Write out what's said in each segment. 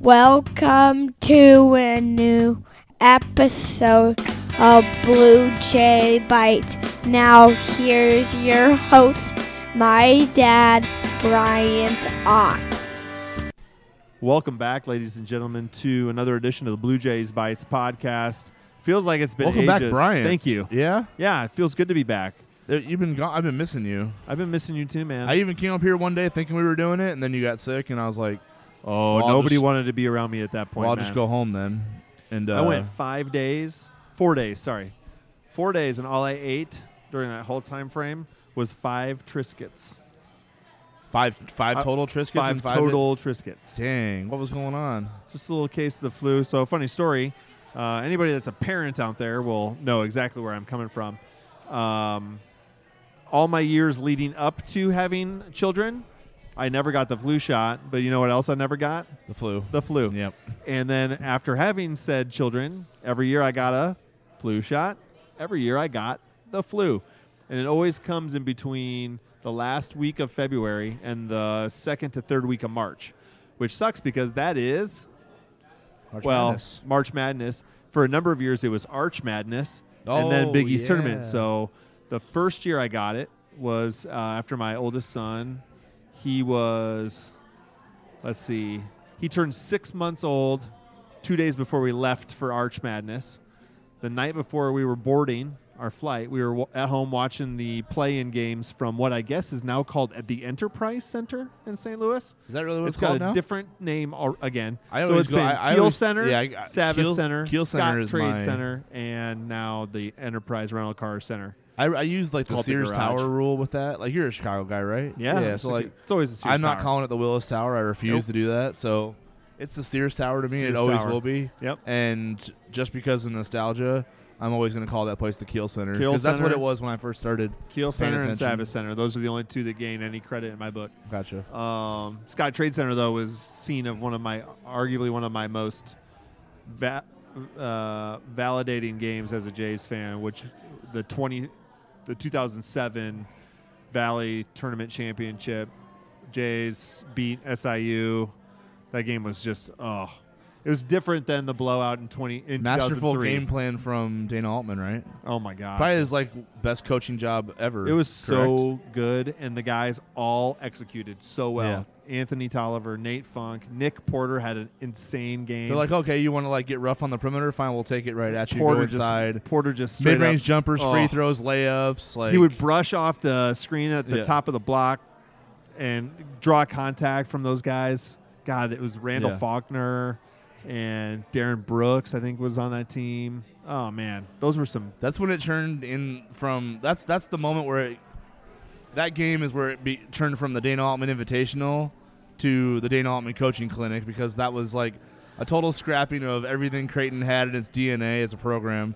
Welcome to a new episode of Blue Jay Bites. Now, here's your host, my dad, Brian's aunt. Welcome back, ladies and gentlemen, to another edition of the Blue Jays Bites podcast. Feels like it's been Welcome back, ages. Brian. Thank you. Yeah, Yeah, it feels good to be back. Uh, you've been gone. I've been missing you. I've been missing you too, man. I even came up here one day thinking we were doing it, and then you got sick, and I was like, oh, Well, I'll nobody just- wanted to be around me at that point. "Well, I'll man. just go home then." And I uh, went five days, four days, sorry, four days, and all I ate during that whole time frame was five Triscuits. five five I- total Triscuits. Five, and five total Triscuits. Dang, what was going on? Just a little case of the flu. So, funny story. Uh, anybody that's a parent out there will know exactly where I'm coming from. Um, all my years leading up to having children, I never got the flu shot. But you know what else I never got? The flu. The flu. Yep. And then after having said children, every year I got a flu shot. Every year I got the flu. And it always comes in between the last week of February and the second to third week of March, which sucks because that is, March well, Madness. March Madness. For a number of years, it was Arch Madness and then Oh, Big East Tournament. yeah. So the first year I got it was uh, after my oldest son. He was let's see, he turned six months old two days before we left for Arch Madness. The night before we were boarding our flight, we were w- at home watching the play in games from what I guess is now called at the Enterprise Center in St. Louis. Is that really what It's it's, got called a now? different name al- again. I so always it's go- been I- I Keel always- Center, yeah, I- I- Savage Keel- Center, Keel Scott Center is Trade my- Center, and now the Enterprise Rental Car Center. I, I used like the called the Sears garage. Tower rule with that. Like you're a Chicago guy, right? Yeah, Yeah. So like, it's always a Sears I'm not Tower. calling it the Willis Tower. I refuse Nope. to do that. So it's the Sears Tower to me. Sears it always Tower. will be. Yep. And just because of nostalgia, I'm always going to call that place the Keel Center Keel because that's what Center. it was when I first started. Keel Center and attention. Savage Center. Those are the only two that gain any credit in my book. Gotcha. Um, Scott Trade Center though was scene of one of my arguably one of my most va- uh, validating games as a Jays fan, which the twenty the two thousand seven Valley Tournament Championship Jays beat SIU. That game was just oh, it was different than the blowout in twenty in Masterful 2003. game plan from Dana Altman, right? Oh my god, Probably his like best coaching job ever. It was correct? so good, and the guys all executed so well. Anthony Tolliver, Nate Funk, Nick Porter had an insane game. They're like, okay, you want to like get rough on the perimeter? Fine, we'll take it right at you. Porter go just inside. Porter just straight Mid-range up- jumpers, free Oh. throws, layups. Like he would brush off the screen at the Yeah. top of the block and draw contact from those guys. God, it was Randall Yeah. Faulkner and Darren Brooks. I think was on that team. Oh man, those were some That's when it turned in from. That's that's the moment where it, that game is where it be, turned from the Dana Altman Invitational to the Dana Altman Coaching Clinic because that was like a total scrapping of everything Creighton had in its DNA as a program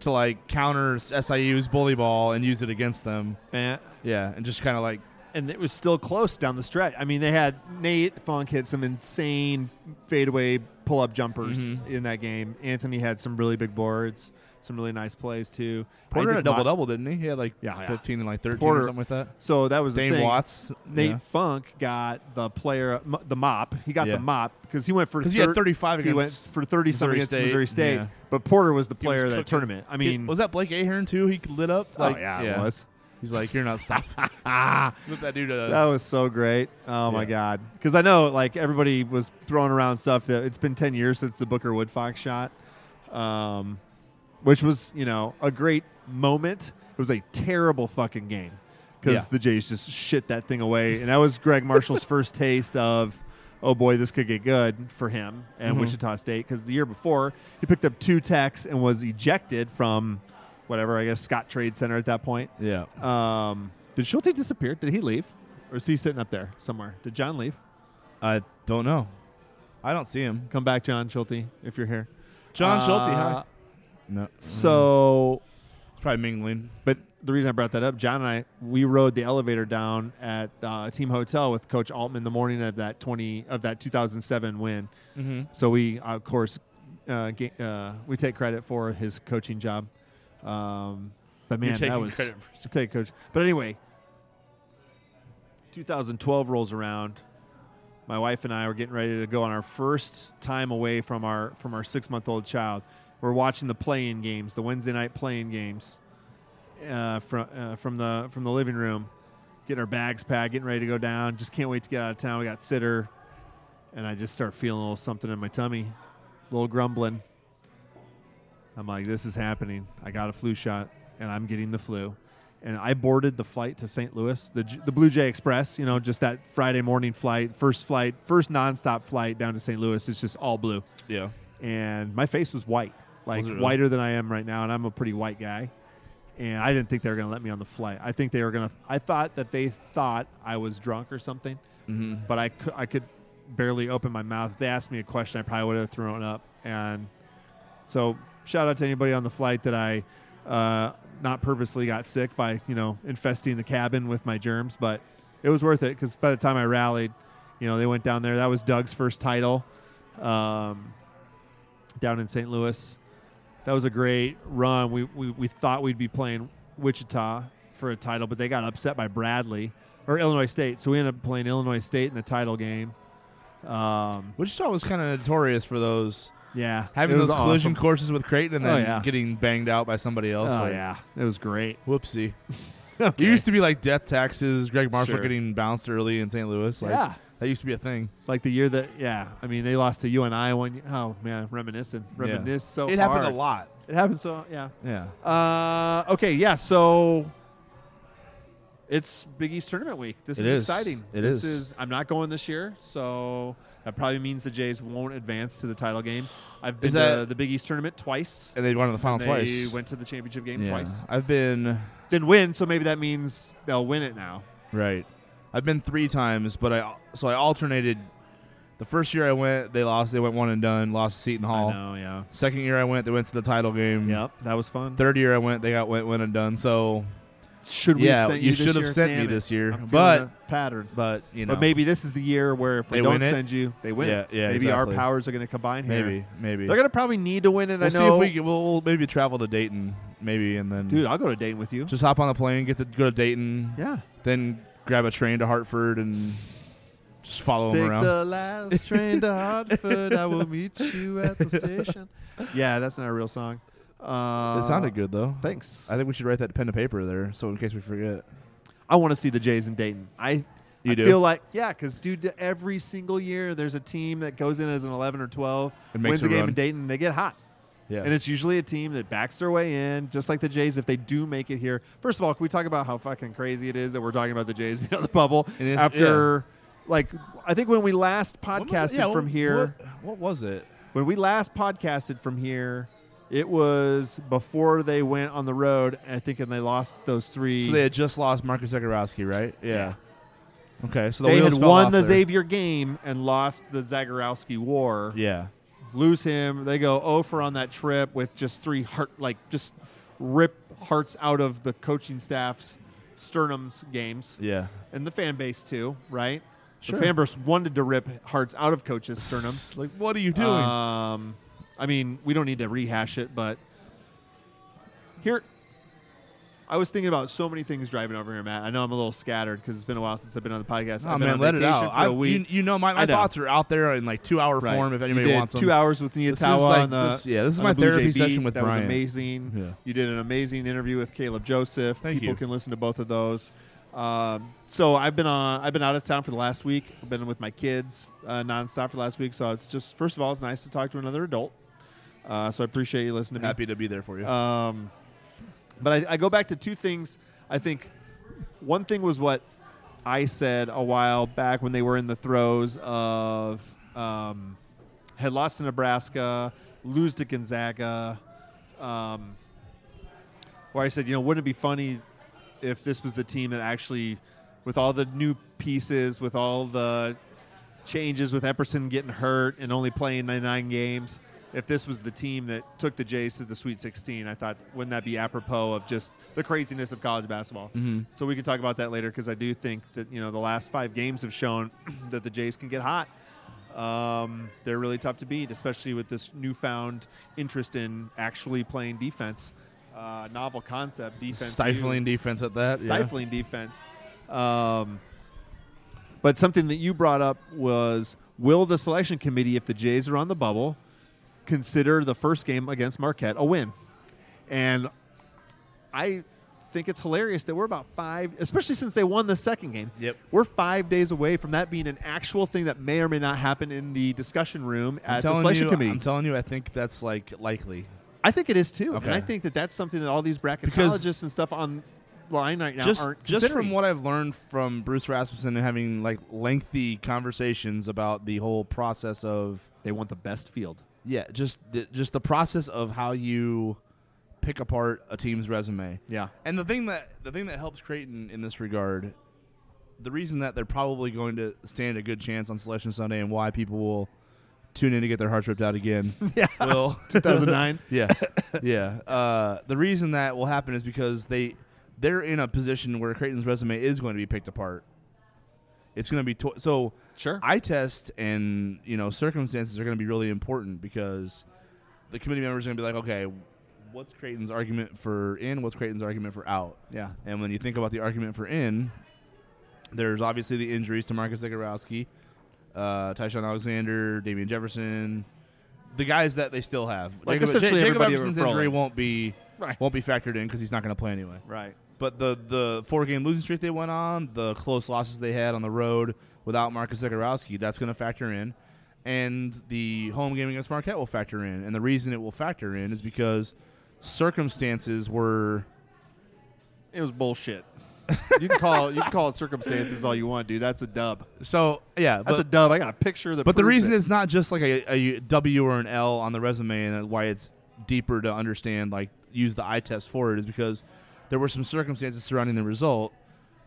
to like counter SIU's bully ball and use it against them. man, Yeah, and just kind of like and it was still close down the stretch. I mean, they had Nate Funk hit some insane fadeaway pull-up jumpers Mhm. in that game. Anthony had some really big boards, some really nice plays too. Porter Isaac had a double Mo- double, didn't he? He had like Yeah, yeah. fifteen and like thirteen Porter- or something like that. So that was the Dane thing. Watts, Nate yeah. Funk got the player, m- the mop. He got Yeah. the mop because he went for 'Cause he had thir- 35 He went against for thirty something Missouri against State. Missouri State, Yeah. but Porter was the player of was that cooking. tournament. I mean, was that Blake Ahern too? He lit up. Like, oh yeah, it was. He's like, you're not stopping. Ah, Look that dude. Uh, That was so great. Oh my Yeah. god. Because I know like everybody was throwing around stuff that it's been ten years since the Booker Woodfox shot, um, which was you know a great moment. It was a terrible fucking game because Yeah. the Jays just shit that thing away, and that was Greg Marshall's first taste of. Oh boy, this could get good for him and Mm-hmm. Wichita State because the year before he picked up two techs and was ejected from whatever I guess Scott Trade Center at that point. yeah. Um, did Schulte disappear? Did he leave? Or is he sitting up there somewhere? Did John leave? I don't know. I don't see him. Come back, John Schulte, if you're here. John Uh, Schulte, hi. No, So, probably mingling. but the reason I brought that up, John and I, we rode the elevator down at uh, Team Hotel with Coach Altman the morning of that twenty of that 2007 win. Mm-hmm. So we, of course, uh, ga- uh, we take credit for his coaching job. Um, but man, You're taking that was credit for- take coach. But anyway, 2012 rolls around. my wife and I were getting ready to go on our first time away from our from our six month old child. We're watching the playing games, the Wednesday night playing games, uh, from uh, from the from the living room, getting our bags packed, getting ready to go down. Just can't wait to get out of town. We got sitter, and I just start feeling a little something in my tummy, a little grumbling. I'm like, this is happening. I got a flu shot, and I'm getting the flu. And I boarded the flight to St. Louis, the, J- the Blue Jay Express, you know, just that Friday morning flight, first flight, first nonstop flight down to St. Louis. It's just all blue. Yeah. And my face was white, like Was it really? whiter than I am right now. And I'm a pretty white guy. And I didn't think they were going to let me on the flight. I think they were going to, I thought that they thought I was drunk or something, Mm-hmm. but I could, I could barely open my mouth. If they asked me a question, I probably would have thrown up. And so shout out to anybody on the flight that I uh, not purposely got sick by you know infesting the cabin with my germs, but it was worth it because by the time I rallied, you know they went down there. That was Doug's first title um, down in St. Louis. That was a great run. We, we we thought we'd be playing Wichita for a title, but they got upset by Bradley or Illinois State, so we ended up playing Illinois State in the title game. Um, Wichita was kind of notorious for those yeah, having it was those collision awesome. courses with Creighton and then Oh, yeah. getting banged out by somebody else. Oh like, yeah, it was great. Whoopsie. It used to be like death taxes, Greg Marshall Sure. getting bounced early in St. Louis. Like, Yeah. That used to be a thing. Like the year that, yeah. I mean, they lost to you and I one. Oh man, reminiscing, reminisce so. it happened hard. a lot. It happened so. Yeah. Yeah. Uh, okay. Yeah. So it's Big East tournament week. This It is is. exciting. It this is. I'm not going this year, so that probably means the Jays won't advance to the title game. I've been Is to that- the Big East tournament twice. And they won in the final they twice. went to the championship game yeah. twice. I've been Didn't win, so maybe that means they'll win it now. Right. I've been three times, but I so I alternated. The first year I went, they lost. They went one and done. Lost to Seton I Hall. know. Yeah. Second year I went, they went to the title game. Yep. That was fun. Third year I went, they got went one and done. So, Should we? Yeah, have sent you you this should have year? sent Damn me it. this year, I'm feeling but- a pattern. but you know, But maybe this is the year where if we They don't win it? send you, they win. Yeah, it. yeah, Maybe our exactly. powers are going to combine here. maybe, maybe. They're going to probably need to win it. we'll I know. see if we can- we'll, we'll maybe travel to Dayton, maybe, and then Dude, I'll go to Dayton with you. just hop on the plane, get the go to Dayton, yeah. then grab a train to Hartford and just follow Take them around. the last train to Hartford. I will meet you at the station. Yeah, that's not a real song. Uh, it sounded good though. Thanks. I think we should write that pen to paper there, so in case we forget. I want to see the Jays in Dayton. I You I do? feel like yeah, because dude, every single year there's a team that goes in as an 11 or 12, And makes wins a the game run. in Dayton, and they get hot. Yeah. And it's usually a team that backs their way in, just like the Jays, if they do make it here. First of all, can we talk about how fucking crazy it is that we're talking about the Jays being on the bubble It is, after, like, I think when we last When was podcasted it? Yeah, from what- here, What, what was it? when we last podcasted from here, it was before they went on the road, I think, and they lost those three. So they had just lost Marcus Zagorowski, right? Yeah. Okay, so the They wheels had fell won off the there. Xavier game and lost the Zagorowski war. Yeah, lose him. They go over on that trip with just three heart, like just rip hearts out of the coaching staff's sternums games yeah. and the fan base too, right? Sure. The fan base wanted to rip hearts out of coaches' sternums. Like, what are you Uh, Um, I mean, we don't need to rehash it, but here, I was thinking about so many things driving over here, Matt. I know I'm a little scattered because it's been a while since I've been on the podcast. oh I've been man, on let it vacation out. for I, a week. you, you know, my, my I know. thought thoughts are out there in like two hour Right. form. If You anybody did wants them, two hours with Nia is Tawa like- on the this- yeah, this is on my the Blue Jay therapy Beat. session with that was Brian. amazing. Yeah. You did an amazing interview with Caleb Joseph. Thank People you. can listen to both of those. Um, so I've been on. I've been out of town for the last week. I've been with my kids uh, nonstop for the last week. So it's just first of all, it's nice to talk to another adult. Uh, so I appreciate you listening to me. happy to be there for you. Um, but I, I go back to two things. I think one thing was what I said a while back when they were in the throes of um, had lost to Nebraska, lose to Gonzaga, um, where I said, you know, wouldn't it be funny if this was the team that actually, with all the new pieces, with all the changes with Epperson getting hurt and only playing the nine games. If this was the team that took the Jays to the Sweet 16, I thought wouldn't that be apropos of just the craziness of college basketball? So we can talk about that later because I do think that you know the last five games have shown that the Jays can get hot. Um, they're really tough to beat, especially with this newfound interest in actually playing defense. Uh, novel concept defense, Stifling defense at that. yeah. stifling defense. Um, But something that you brought up was will the selection committee, if the Jays are on the bubble, consider the first game against Marquette a win? And I think it's hilarious that we're about five, especially since they won the second game. Yep. We're five days away from that being an actual thing that may or may not happen in the discussion room I'm at the telling selection you, committee. I'm telling you, I think that's like likely. I think it is too, Okay. and I think that that's something that all these Because- bracketologists and stuff online right now just aren't just considering. from what I've learned from Bruce Rasmussen and having like lengthy conversations about the whole process of they want the best field. yeah, just the, just the process of how you pick apart a team's resume. Yeah. And the thing that the thing that helps Creighton in this regard, the reason that they're probably going to stand a good chance on Selection Sunday and why people will tune in to get their hearts ripped out again. Yeah. Will 2009. yeah, yeah. Uh, the reason that will happen is because they they're in a position where Creighton's resume is going to be picked apart. It's going to be to- so. Sure. Eye test and you know circumstances are going to be really important because the committee members are going to be like, okay, what's Creighton's argument for in? What's Creighton's argument for out? yeah. And when you think about the argument for in, there's obviously the injuries to Marcus Zagorowski, uh, Tyshawn Alexander, Damian Jefferson, the guys that they still have. Like, Jacob, essentially Ja- Jacob everybody Eberson's over Froling. injury won't be Right. won't be factored in because he's not going to play anyway. Right. But the the four game losing streak they went on, the close losses they had on the road without Marcus Zagorowski, that's going to factor in. And the home game against Marquette will factor in. And the reason it will factor in is because circumstances were It was bullshit. you can call you can call it circumstances all you want, dude. That's a dub. so yeah. That's a dub. I got a picture that. But the proves reason it. it's not just like a, a W or an L on the resume and why it's deeper to understand, like use the eye test for it, is because there were some circumstances surrounding the result.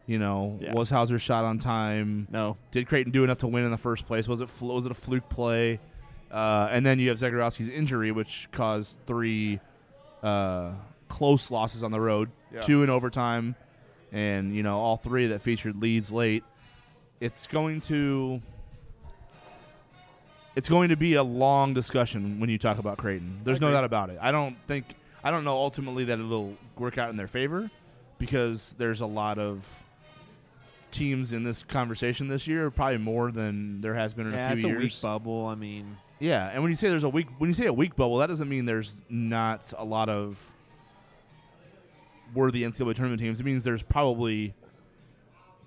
You know, Yeah. was Hauser shot on time? no. Did Creighton do enough to win in the first place? Was it fl- was it a fluke play? Uh, and then you have Zagorowski's injury, which caused three uh, close losses on the road, Yeah. two in overtime, and you know all three that featured leads late. It's going to it's going to be a long discussion when you talk about Creighton. There's no Agreed. doubt about it. I don't think I don't know ultimately that it'll work out in their favor because there's a lot of teams in this conversation this year, probably more than there has been in Yeah, a it's few a years. weak bubble. I mean, Yeah, and when you say there's a weak when you say a weak bubble, that doesn't mean there's not a lot of worthy NCAA tournament teams. It means there's probably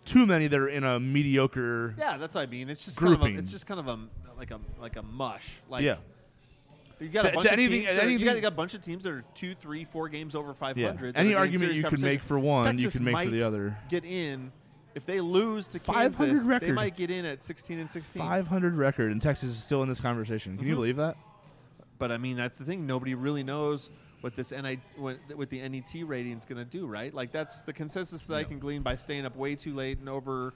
too many that are in a mediocre. yeah, that's what I mean. It's just kind of Grouping. a, it's just kind of a like a like a mush. Like yeah, you got To- a to bunch of anything- teams. that are- you anything- got, you got a bunch of teams that are two, three, four games over five yeah. hundred. Any argument you could make for one, you could make for the other. Get in if they lose to 500 Kansas, they record. might get in at sixteen and sixteen. 500 record, and Texas is still in this conversation. Can you Mhm. believe that? But I mean, that's the thing. Nobody really knows what this NI what, what the E NET rating is going to do, right? Like that's the consensus that I Yeah. can glean by staying up way too late and over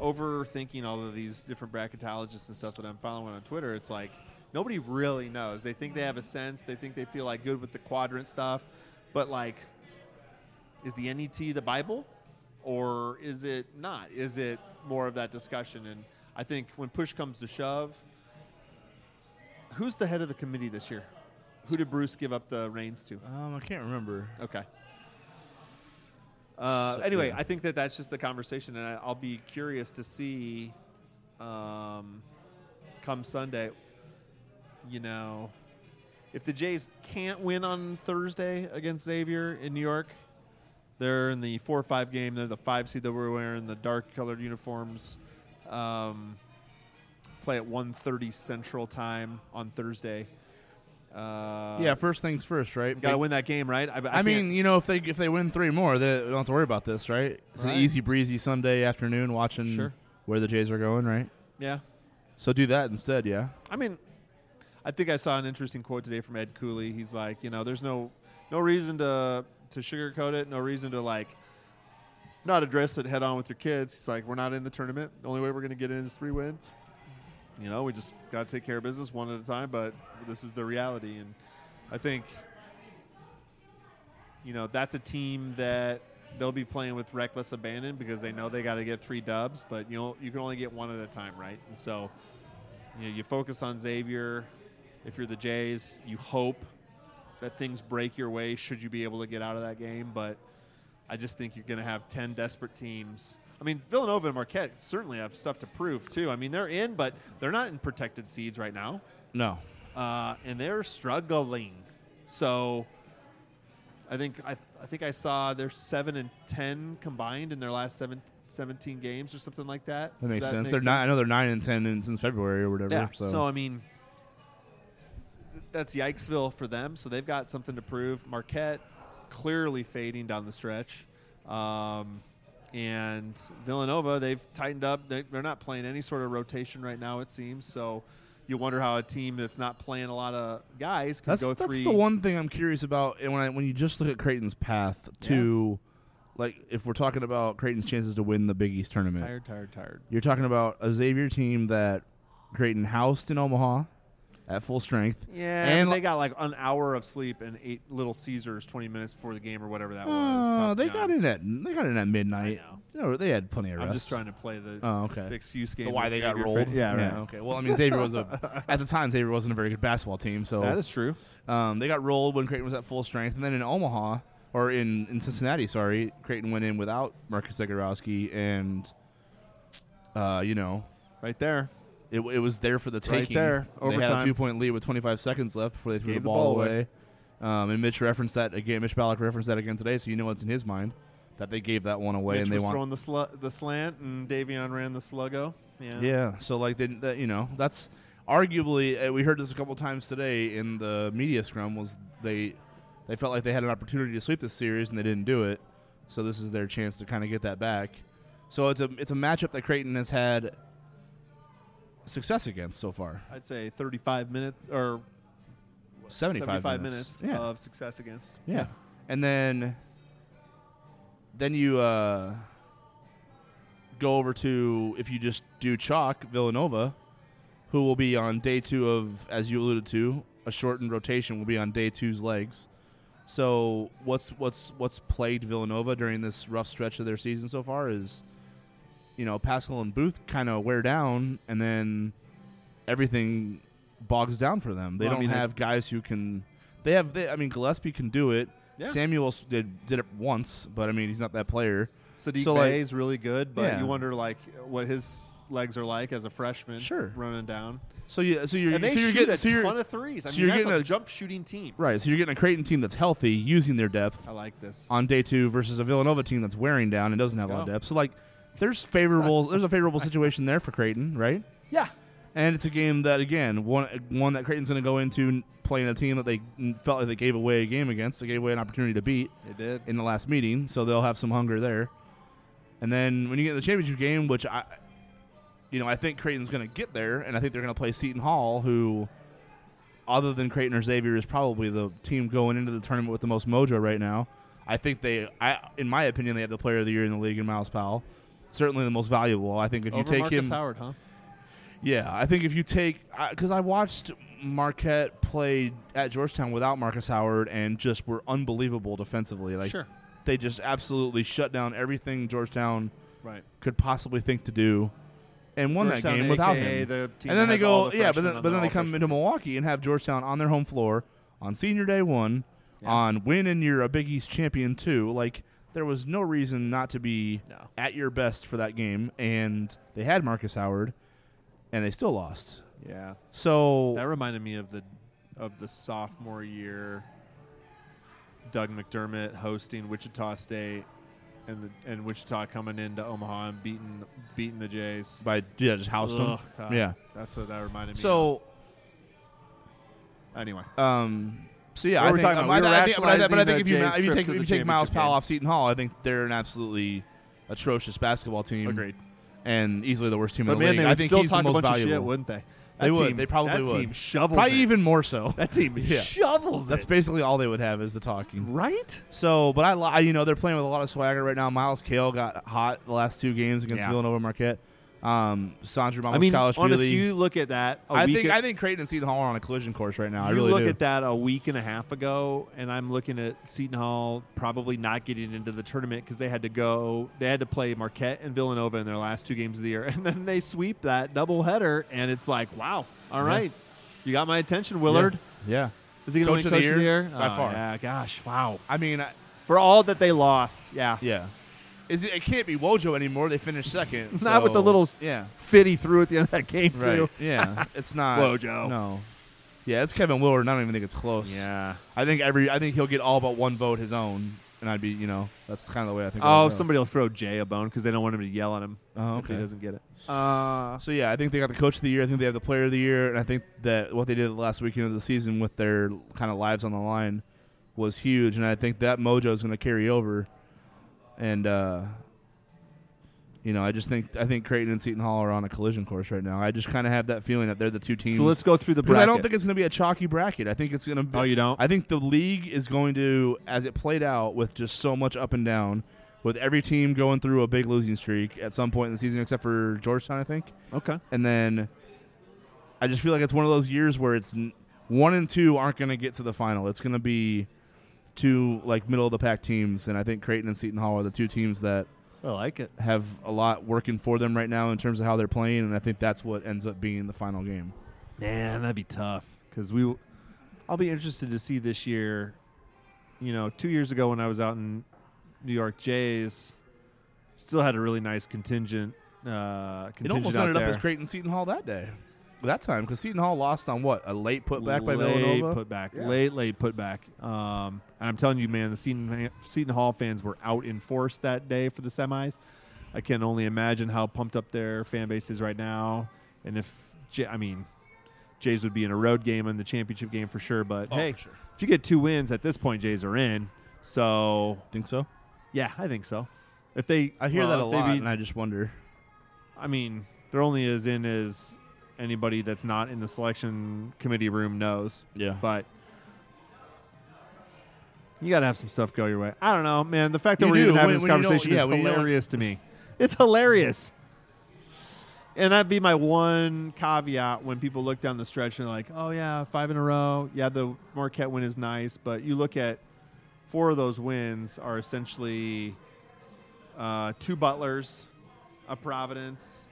overthinking all of these different bracketologists and stuff that I'm following on Twitter. It's like nobody really knows. They think they have a sense. They think they feel like good with the quadrant stuff, but like, is the NET the Bible, or is it not? Is it more of that discussion? And I think when push comes to shove, Who's the head of the committee this year? Who did Bruce give up the reins to? Um, I can't remember. Okay. Uh, So- anyway, yeah. I think that that's just the conversation, and I, I'll be curious to see, um, come Sunday, you know, if the Jays can't win on Thursday against Xavier in New York, they're in the four or five game. They're the five seed that we're wearing the dark colored uniforms. Um, play at 1.30 Central Time on Thursday. Uh, yeah, first things first, right? Got to They- win that game, right? I, I, can't- mean, you know, if they if they win three more, they don't have to worry about this, right? It's Right. an easy breezy Sunday afternoon watching Sure. where the Jays are going, right? yeah. So do that instead, yeah. I mean, I think I saw an interesting quote today from Ed Cooley. He's like, you know, there's no no reason to to sugarcoat it, no reason to like not address it head on with your kids. He's like, we're not in the tournament. The only way we're going to get in is three wins. You know, we just got to take care of business one at a time, but this is the reality and I think you know, that's a team that they'll be playing with reckless abandon because they know they got to get three dubs, but you know, you can only get one at a time, right? And so you know, you focus on Xavier. If you're the Jays, you hope that things break your way should you be able to get out of that game. But I just think you're going to have 10 desperate teams I mean, Villanova and Marquette certainly have stuff to prove too. I mean, they're in, but they're not in protected seeds right now, No. uh, and they're struggling. So, I think I, I think I saw they're seven and ten combined in their last seven, 17 games or something like that. Does That makes sense. make they're nine. I know they're nine and ten in, since February or whatever. yeah. So, I mean, th- that's Yikesville for them. So they've got something to prove. Marquette clearly fading down the stretch, um, and Villanova they've tightened up. They, they're not playing any sort of rotation right now. It seems so. You wonder how a team that's not playing a lot of guys can that's go that's three. the one thing I'm curious about. And when I when you just look at Creighton's path to, like, if we're talking about Creighton's chances to win the Big East tournament, Tired, tired, tired. You're talking about a Xavier team that Creighton housed in Omaha at full strength. Yeah, and and they got like an hour of sleep and ate Little Caesars twenty minutes before the game or whatever that was. uh, Papa they got John's. in at they got in at midnight. No, they had plenty of rest. I'm just trying to play the, Oh, okay. the excuse game. The why that they got Xavier rolled. Fre- Yeah, right. Okay. Well, I mean, Xavier was a at the time Xavier wasn't a very good basketball team, so That is true. um, they got rolled when Creighton was at full strength, and then in Omaha or in, in Cincinnati, sorry, Creighton went in without Marcus Zagorowski, and uh, you know Right there. it, it was there for the Right taking. there, They had a overtime. two point lead with 25 seconds left before they threw Gave the ball, away. Um, and Mitch referenced that again. Mitch Ballack referenced that again today, so you know what's in his mind that they gave that one away Mitch and they was want. throwing the, slu- the slant, and Davion ran the sluggo. Yeah. yeah, so like they, that, you know that's arguably uh, we heard this a couple times today in the media scrum was they they felt like they had an opportunity to sweep this series and they didn't do it, so this is their chance to kind of get that back. So it's a it's a matchup that Creighton has had success against so far. I'd say 35 minutes or 75, 75 minutes, minutes, Yeah. of success against. Yeah. And then then you uh, go over to if you just do chalk Villanova, who will be on day two of as you alluded to a shortened rotation will be on day two's legs. So what's what's what's plagued Villanova during this rough stretch of their season so far is, you know, Pascal and Booth kind of wear down, and then everything bogs down for them. They Well, I don't mean, they- have guys who can. They have. They, I mean, Gillespie can do it. Yeah. Samuels did did it once, but I mean, he's not that player. Sadiq So, like- Bay is really good, but Yeah. you wonder like what his legs are like as a freshman. Sure. Running down. So you so you're And they so you're shoot getting a so you're- ton of threes. I so mean, you're that's getting a, a- jump shooting team. right. So you're getting a Creighton team that's healthy using their depth I like this. on day two versus a Villanova team that's wearing down and doesn't have a lot of go. depth. So like, there's favorable there's a favorable situation there for Creighton, right? Yeah. And it's a game that again one one that Creighton's going to go into n- playing a team that they n- felt like they gave away a game against. They gave away an opportunity to beat They did. in the last meeting, so they'll have some hunger there. And then when you get to the championship game, which I, you know, I think Creighton's going to get there, and I think they're going to play Seton Hall, who, other than Creighton or Xavier, is probably the team going into the tournament with the most mojo right now. I think they, I, in my opinion, they have the player of the year in the league in Miles Powell. Certainly the most valuable. I think if Over you take Marcus him, Howard, huh? yeah, I think if you take because I, watched Marquette play at Georgetown without Marcus Howard and just were unbelievable defensively. Like Sure. they just absolutely shut down everything Georgetown Right. could possibly think to do, and won Georgetown, that game without AKA him. the team and then that they has all go, the yeah, but freshmen then, on but their then they come all-freshman into Milwaukee and have Georgetown on their home floor on senior day one, Yeah. on win and you're a Big East champion too. Like there was no reason not to be No. at your best for that game, and they had Marcus Howard, and they still lost. Yeah. So That reminded me of the of the sophomore year. Doug McDermott hosting Wichita State, and the, and Wichita coming into Omaha and beating beating the Jays. by yeah, just housed Ugh, them. God. Yeah. that's what that reminded me. So of. anyway, Um, so yeah, What I were we think, talking about? I- We were I think- but I- but I rationalizing think if you, the ma- if you Jays' take trip to if you the take Miles championship Powell game. off Seton Hall, I think they're an absolutely atrocious basketball team. agreed. and easily the worst team But in the man, league. they I would think still he's talk the a most bunch valuable. of shit, wouldn't they? They That would. team- They probably that would. Team shovels. Probably it. even more so. that team Yeah. shovels. That's it. basically all they would have is the talking. right. So, but I, li- I, you know, they're playing with a lot of swagger right now. Miles Kale got hot the last two games against Yeah. Villanova Marquette. Um, Sandra Mamos I mean, College honestly, you look at that. I I think I think Creighton and Seton Hall are on a collision course right now. I you really look do. at that a week and a half ago, and I'm looking at Seton Hall probably not getting into the tournament because they had to go, they had to play Marquette and Villanova in their last two games of the year, and then they sweep that doubleheader, and it's like, wow, all Yeah. right, you got my attention, Willard. Yeah. Is he going Coach to of win the coach of the year? year? By Oh, far. Yeah, gosh, wow. I mean, I, For all that they lost, yeah, yeah. Is it, it can't be Wojo anymore. They finished second. Not with the so- little- Yeah. Fit he threw at the end of that game Right. too. Yeah. It's not Wojo. No. Yeah, it's Kevin Willard. and I don't even think it's close. Yeah. I think every. I think he'll get all but one vote his own, and I'd be. You know, that's kind of the way I think. Oh, it'll go. somebody will throw Jay a bone because they don't want him to yell at him Oh, if he okay. doesn't get it. Uh, So yeah, I think they got the coach of the year. I think they have the player of the year, and I think that what they did last weekend of the season with their kind of lives on the line was huge, and I think that mojo is going to carry over. And uh, you know, I just think I think Creighton and Seton Hall are on a collision course right now. I just kind of have that feeling that they're the two teams. so let's go through the because bracket. I don't think it's going to be a chalky bracket. I think it's going to. be Oh, you don't? I think the league is going to, as it played out with just so much up and down, with every team going through a big losing streak at some point in the season, except for Georgetown, I think. okay. And then I just feel like it's one of those years where it's n- one and two aren't going to get to the final. It's going to be two like middle of the pack teams, and I think Creighton and Seton Hall are the two teams that I like it. have a lot working for them right now in terms of how they're playing, and I think that's what ends up being the final game. Man, that'd be tough because we. I'll be interested to see this year. You know, two years ago when I was out in New York, Jays still had a really nice contingent. Uh, contingent It almost out ended there. up as Creighton Seton Hall that day, that time, because Seton Hall lost on what a late putback by late Villanova. Put back. Late, late put back. Um, and I'm telling you, man, the Seton, Seton Hall fans were out in force that day for the semis. I can only imagine how pumped up their fan base is right now. And if, J- I mean, Jays would be in a road game in the championship game for sure. But Oh, hey, for sure. if you get two wins at this point, Jays are in. So, Think so? yeah, I think so. If they, I hear well, that a if they lot, beat- and I just wonder. I mean, they're only as in as anybody that's not in the selection committee room knows Yeah, but you got to have some stuff go your way. I don't know, man. The fact that You we're do, even having when- this when you don't- conversation yeah, when is you don't- hilarious to me. It's hilarious. And that'd be my one caveat when people look down the stretch and they're like, oh, yeah, five in a row. Yeah, the Marquette win is nice. But you look at four of those wins are essentially uh, two Butlers, a Providence,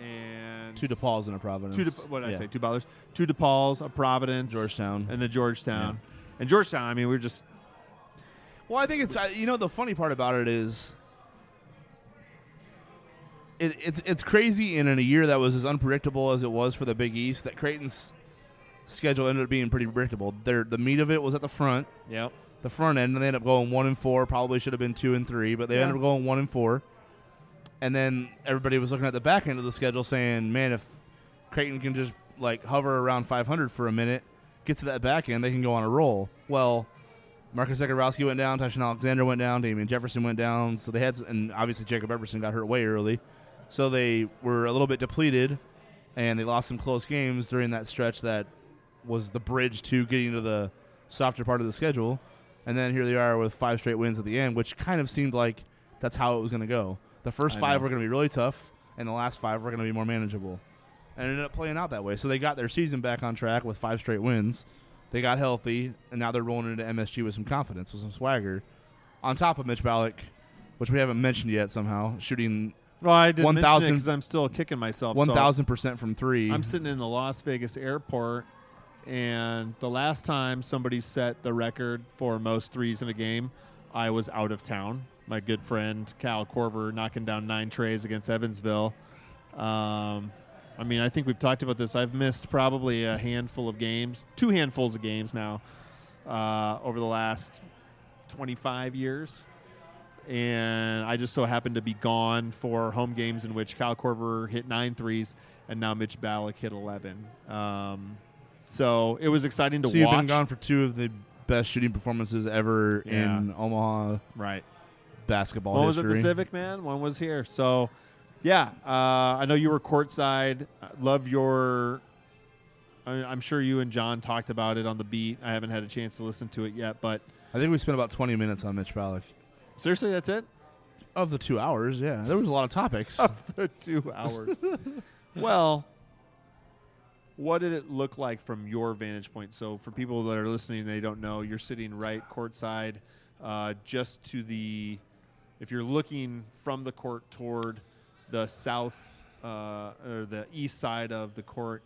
and two DePauls and a Providence. two De- what did Yeah. I say? Two Butlers, two DePauls, a Providence, Georgetown. and the Georgetown. And Georgetown, I mean, we are just Well, I think it's uh, you know the funny part about it is it, it's it's crazy and in a year that was as unpredictable as it was for the Big East that Creighton's schedule ended up being pretty predictable. Their the meat of it was at the front, yep. the front end, and they ended up going one and four. Probably should have been two and three, but they Yeah. ended up going one and four. And then everybody was looking at the back end of the schedule, saying, "Man, if Creighton can just like hover around 500 for a minute, get to that back end, they can go on a roll." Well, Marcus Zagorowski went down, Tyson Alexander went down, Damian Jefferson went down, so they had, s- and obviously Jacob Eberson got hurt way early, so they were a little bit depleted, and they lost some close games during that stretch that was the bridge to getting to the softer part of the schedule. And then here they are with five straight wins at the end, which kind of seemed like that's how it was going to go. The first I five know. were going to be really tough, and the last five were going to be more manageable. And it ended up playing out that way. So they got their season back on track with five straight wins. They got healthy, and now they're rolling into MSG with some confidence, with some swagger. On top of Mitch Ballack, which we haven't mentioned yet somehow, shooting Well, I didn't 1, 1,000 because I'm still kicking myself. so 1,000% from 3 I'm sitting in the Las Vegas airport, and the last time somebody set the record for most threes in a game, I was out of town. My good friend Cal Corver knocking down nine trays against Evansville. Um, I mean, I think we've talked about this. I've missed probably a handful of games, two handfuls of games now, uh, over the last 25 years. And I just so happened to be gone for home games in which Kyle Corver hit nine threes and now Mitch Ballack hit 11. Um, so it was exciting to so watch. you've been gone for two of the best shooting performances ever Yeah. in Omaha right. basketball One was history. at the Civic, man. One was here. So, yeah, uh, I know you were courtside. I Love your. I, I'm sure you and John talked about it on the beat. I haven't had a chance to listen to it yet, but I think we spent about 20 minutes on Mitch Ballack. seriously, that's it. Of the two hours, yeah, there was a lot of topics. Of the two hours. well, what did it look like from your vantage point? So, for people that are listening, they don't know, you're sitting right courtside, uh, just to the. If you're looking from the court toward the south uh, or the east side of the court,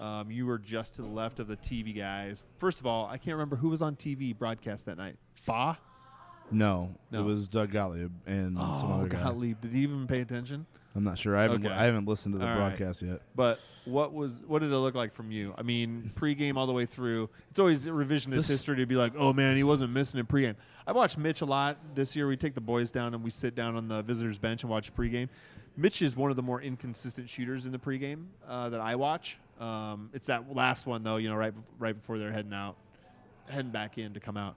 um, you were just to the left of the TV guys. First of all, I can't remember who was on TV broadcast that night. Ba No, No. it was Doug Gottlieb and some Oh, other guy. Gottlieb, did he even pay attention? I'm not sure. I haven't Okay. I haven't listened to the All right. broadcast yet. But what was what did it look like from you? I mean, pregame all the way through. It's always revisionist This- history to be like, oh man, he wasn't missing in pregame. I watched Mitch a lot this year. We take the boys down and we sit down on the visitors bench and watch pregame. Mitch is one of the more inconsistent shooters in the pregame uh, that I watch. Um, it's that last one though, you know, right bef- right before they're heading out, heading back in to come out.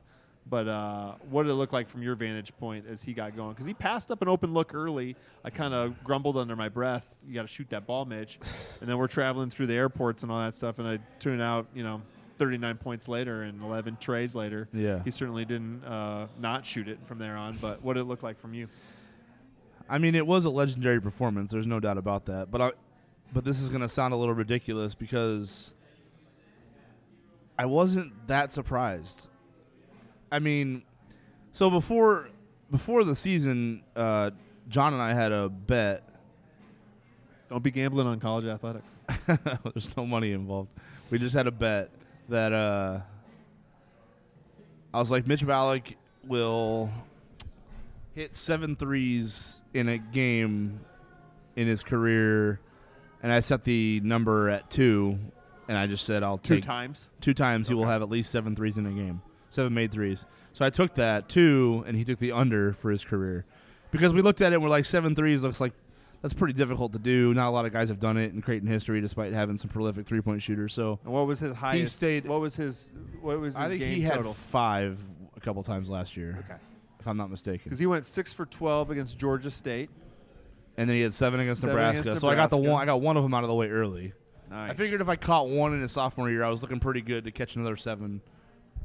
But uh, what did it look like from your vantage point as he got going? Because he passed up an open look early. I kind of grumbled under my breath. You got to shoot that ball, Mitch. and then we're traveling through the airports and all that stuff. And I tune out, you know, 39 points later and 11 trades later. Yeah. He certainly didn't uh, not shoot it from there on. But what did it look like from you? I mean, it was a legendary performance. There's no doubt about that. But I, but this is going to sound a little ridiculous because I wasn't that surprised. I mean, so before before the season, uh, John and I had a bet. Don't be gambling on college athletics. There's no money involved. We just had a bet that uh, I was like, Mitch Ballack will hit seven threes in a game in his career, and I set the number at two, and I just said I'll Two take times. two times he will have at least seven threes in a game, seven made threes. So I took that two, and he took the under for his career because we looked at it. and We're like seven threes looks like that's pretty difficult to do. Not a lot of guys have done it in Creighton history, despite having some prolific three point shooters. So And what was his highest? stayed- What was his? What was his I think game he had total? five a couple times last year, okay. if I'm not mistaken. Because he went six for 12 against Georgia State. And then he had seven against Seven Nebraska. against so I got the Nebraska. one. I got one of them out of the way early. Nice. I figured if I caught one in his sophomore year, I was looking pretty good to catch another seven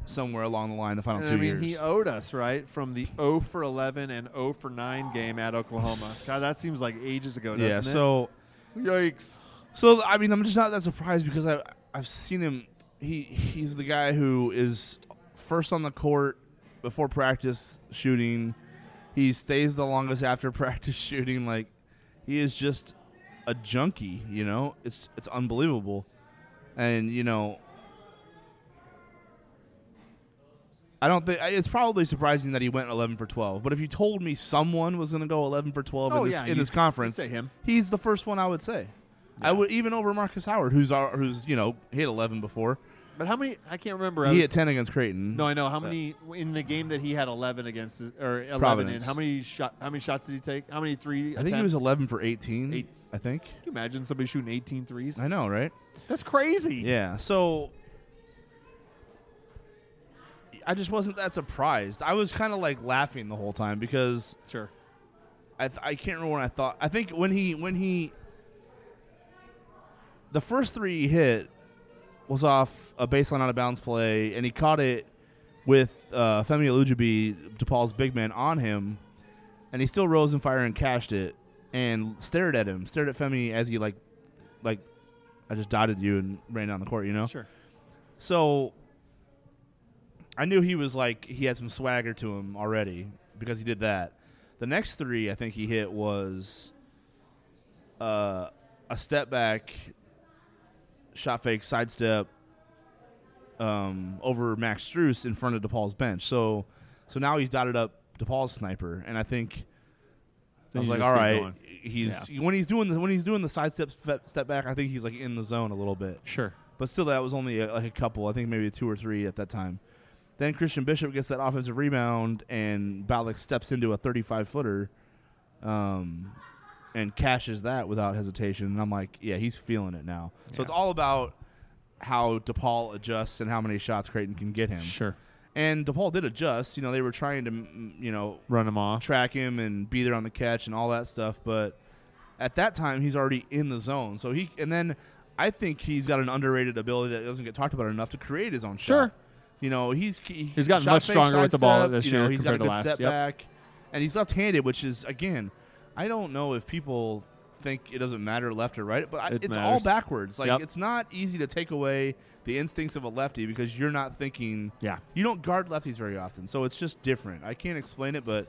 somewhere along the line. The final And two I mean, years. he owed us right from the 0 for 11 and 0 for 9 game at Oklahoma. God, that seems like ages ago, doesn't yeah. it? So yikes. So I mean, I'm just not that surprised because I I've seen him. He he's the guy who is first on the court before practice shooting. He stays the longest after practice shooting. Like he is just a junkie. You know, it's it's unbelievable. And you know, I don't think I- it's probably surprising that he went 11 for 12. But if you told me someone was going to go 11 for 12 Oh, in this yeah, in you- this conference, you'd say him. he's the first one I would say. I would even over Marcus Howard, who's our, who's you know hit 11 before. But how many? I can't remember. I he was- hit 10 against Creighton. No, I know how many in the game that he had 11 against or 11 in. Providence. How many shot? How many shots did he take? How many three? I think he was attempts? 11 for 18. Eight. I think. Can you imagine somebody shooting 18 threes? I know, right? That's crazy. Yeah. So I just wasn't that surprised. I was kind of like laughing the whole time because Sure. I, th- I can't remember when I thought. I think when he when he the first three he hit was off a baseline out of bounds play, and he caught it with uh, Femi Alujabi, DePaul's big man, on him, and he still rose in fire and cashed it, and stared at him, stared at Femi as he like like I just dotted you and ran down the court, you know. Sure. So I knew he was like he had some swagger to him already because he did that. The next three I think he hit was uh, a step back, shot fake, sidestep um, over Max Struess in front of DePaul's bench. So so now he's dotted up DePaul's sniper, and I think I Then was you like, just all keep right, going. he's when he's doing the when he's doing the sidestep step step back, I think he's like in the zone a little bit. Sure. But still, that was only uh like a couple. I think maybe two or three at that time. Then Christian Bishop gets that offensive rebound, and Ballack steps into a 35 footer um, and cashes that without hesitation. And I'm like, yeah, he's feeling it now. So it's all about how DePaul adjusts and how many shots Creighton can get him. Sure. And DePaul did adjust. You know, they were trying to, mm, you know, Run him off. track him and be there on the catch and all that stuff. But at that time, he's already in the zone. So he and then I think he's got an underrated ability that doesn't get talked about enough to create his own Sure. shot. You know, he's he, He's gotten shot much fake, stronger with the ball sidestep, this you know, year he's got a compared to good last, step yep. back, and he's left-handed, which is again, I don't know if people think it doesn't matter left or right, but I, It it's all matters. backwards. Like Yep. it's not easy to take away the instincts of a lefty because you're not thinking Yeah. you don't guard lefties very often, so it's just different. I can't explain it, but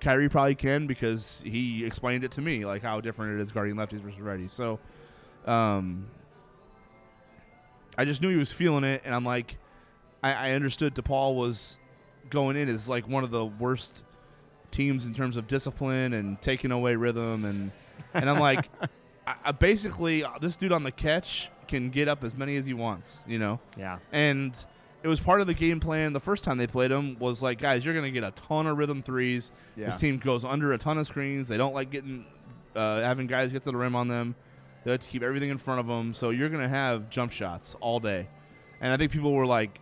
Kyrie probably can because he explained it to me, like how different it is guarding lefties versus righties. So, um, I just knew he was feeling it, and I'm like, I, I understood DePaul was going in is like one of the worst teams in terms of discipline and taking away rhythm and and I'm like, I, I basically uh, this dude on the catch can get up as many as he wants, you know. Yeah. And it was part of the game plan the first time they played him was like, guys, you're going to get a ton of rhythm threes. Yeah. This team goes under a ton of screens. They don't like getting uh, having guys get to the rim on them. They like to keep everything in front of them. So you're going to have jump shots all day. And I think people were like,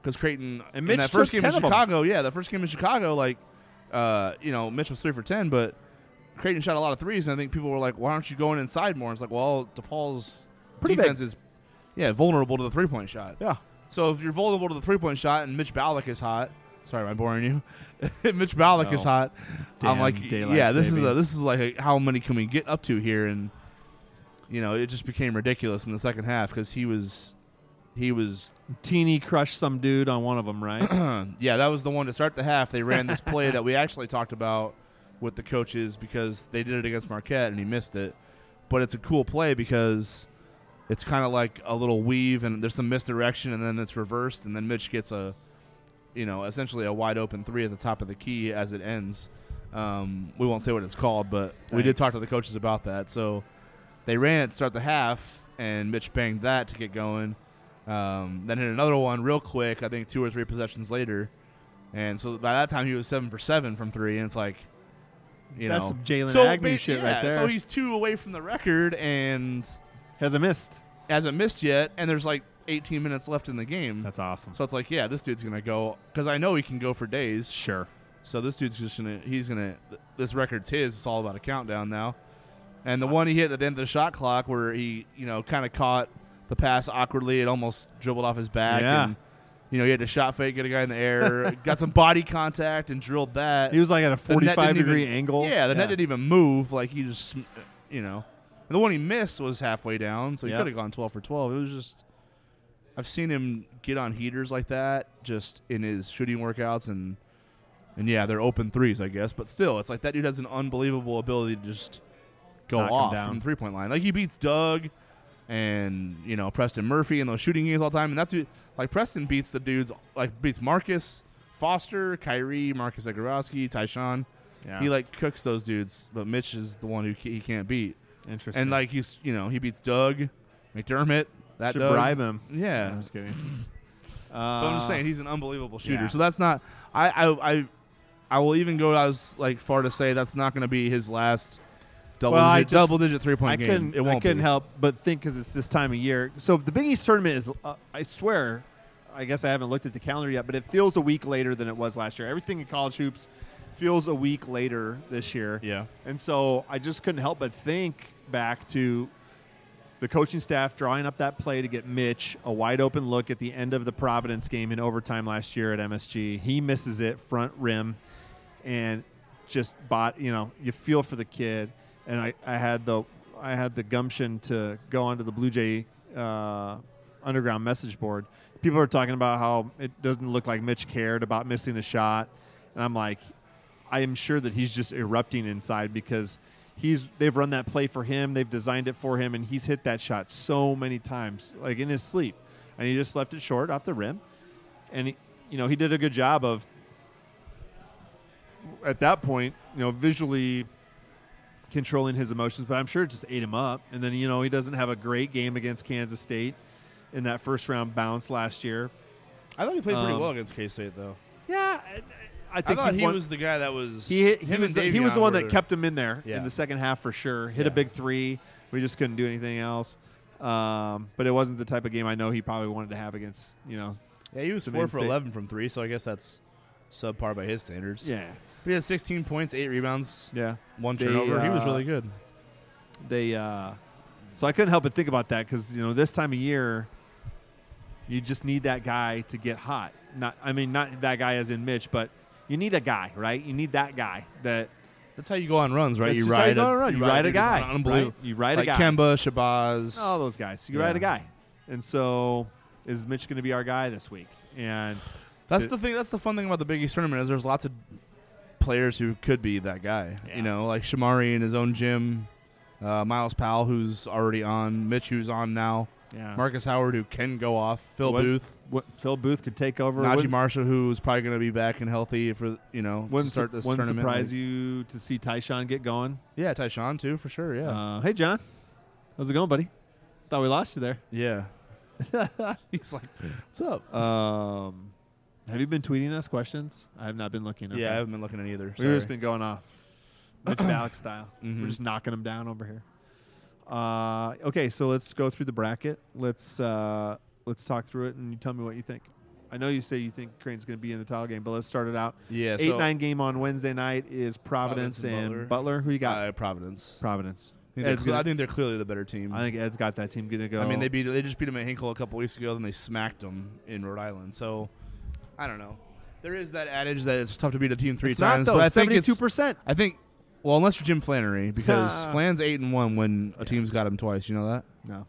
because Creighton And in Mitch that first took game in 10 of 'em. Chicago, yeah, the first game in Chicago, like, uh, you know, Mitch was three for ten, but Creighton shot a lot of threes, and I think people were like, "Why aren't you going inside more?" And it's like, well, DePaul's Pretty big. defense is, yeah, vulnerable to the three point shot. Yeah. So if you're vulnerable to the three point shot and Mitch Ballack is hot, sorry, am I boring you? If Mitch Ballack is No. hot. I'm Damn like, daylight yeah, this is a, savings. this is like a, how many can we get up to here? And you know, it just became ridiculous in the second half because he was, he was, Teeny crushed some dude on one of them, right? yeah, that was the one to start the half. They ran this play that we actually talked about with the coaches because they did it against Marquette and he missed it. But it's a cool play because it's kind of like a little weave and there's some misdirection and then it's reversed and then Mitch gets a you know essentially a wide open three at the top of the key as it ends. Um, we won't say what it's called, but we did Thanks. talk to the coaches about that. So they ran it to start the half and Mitch banged that to get going. Um, then hit another one real quick. I think two or three possessions later, and so by that time he was seven for seven from three, and it's like. You That's know. some Jalen so Agnew ba- shit yeah, right there. So he's two away from the record, and Hasn't missed. hasn't missed yet, and there's like 18 minutes left in the game. That's awesome. so it's like, yeah, this dude's gonna go because I know he can go for days. sure. So this dude's just gonna, he's gonna, th- this record's his. It's all about a countdown now. And the one he hit at the end of the shot clock, where he, you know, kind of caught the pass awkwardly, it almost dribbled off his back. Yeah. And, you know, he had to shot fake, get a guy in the air, got some body contact, and drilled that. He was like at a The net didn't 45 degree even- angle. Yeah, the net didn't even move. Like he just, sm- uh, you know, and the one he missed was halfway down, so he Yeah. could have gone twelve for twelve. It was just, I've seen him get on heaters like that just in his shooting workouts and, and yeah, they're open threes, I guess. But still, it's like that dude has an unbelievable ability to just go Knock 'em off down. from three point line. Like he beats Doug. And you know Preston Murphy and those shooting games all the time, and that's who, like Preston beats the dudes like beats Marcus Foster, Kyrie, Marcus Zagorowski, Tyshawn. Yeah. He like cooks those dudes, but Mitch is the one who ca- he can't beat. Interesting. And like he's you know he beats Doug, McDermott. That should Doug. bribe him. Yeah, I'm just kidding. Uh, but I'm just saying he's an unbelievable shooter. yeah. So that's not. I I I, I will even go as like far to say that's not going to be his last double Well, I digit, just- double digit three I point game. couldn't. It won't I couldn't be. help but think because it's this time of year. So the Big East tournament is. Uh, I swear, I guess I haven't looked at the calendar yet, but it feels a week later than it was last year. Everything in college hoops feels a week later this year. Yeah. And so I just couldn't help but think back to the coaching staff drawing up that play to get Mitch a wide open look at the end of the Providence game in overtime last year at MSG. He misses it front rim and just bought, you know, you feel for the kid. And I, I had the I had the gumption to go onto the Blue Jay uh, underground message board. People are talking about how it doesn't look like Mitch cared about missing the shot. And I'm like, I am sure that he's just erupting inside because he's they've run that play for him, they've designed it for him, and he's hit that shot so many times, like in his sleep, and he just left it short off the rim, and he, you know he did a good job of at that point, you know, visually controlling his emotions, but I'm sure it just ate him up, and then you know he doesn't have a great game against Kansas State in that first round bounce last year. I thought he played pretty well against K State though. Yeah, I, I Um, I think thought he won- was the guy that was he hit, he was the, he was the one that kept him in there Yeah. in the second half for sure. Hit Yeah. a big three. We just couldn't do anything else. Um, but it wasn't the type of game I know he probably wanted to have against you know. Yeah, he was some four for in-state- eleven from three, so I guess that's subpar by his standards. Yeah, But he had 16 points, eight rebounds, yeah. one They, turnover. he was uh, really good. They uh, so I couldn't help but think about that because you know this time of year, you just need that guy to get hot. Not I mean not that guy as in Mitch, but you need a guy, right? You need that guy that That's how you go on runs, right? that's you just how ride you, go a, on a run. You ride a dude who's guy, on unbelievable. right? You ride like a guy. Oh, Kemba, Shabazz. all those guys. You Yeah. ride a guy. And so is Mitch going to be our guy this week? And that's the- the thing. That's the fun thing about the Big East tournament is there's lots of players who could be that guy. Yeah. You know, like Shamari in his own gym, uh, Miles Powell, who's already on, Mitch, who's on now. Yeah. Marcus Howard, who can go off, Phil What- Booth, What, Phil Booth could take over. Najee Wouldn't- Marshall, who is probably going to be back and healthy for you know to Wouldn't, start su- this wouldn't tournament. surprise you to see Tyshawn get going. Yeah, Tyshawn too for sure. Yeah, Uh, hey, John. How's it going, buddy? Thought we lost you there. yeah. He's like, what's up? Um, have you been tweeting us questions? I have not been looking. Yeah, I Okay. haven't been looking at either. We've just sorry. been going off, Mitch Malick style. Mhm. We're just knocking them down over here. Uh, okay, so let's go through the bracket. Let's uh, let's talk through it, and you tell me what you think. I know you say you think Crane's going to be in the title game, but let's start it out. yeah, Eight so, nine game on Wednesday night is Providence, Providence and and Butler. Butler. Who you got? uh, Providence. Providence. I think, they're Ed's cle- gonna- I think they're clearly the better team. I think Ed's got that team going to go. I mean, they beat they just beat them at Hinkle a couple weeks ago, then they smacked them in Rhode Island. So, I don't know. There is that adage that it's tough to beat a team three it's times, not but though. I think Seventy it's two percent. I think well, unless you're Jim Flannery, because Flan's eight and one when a Yeah. team's got him twice. You know that? No,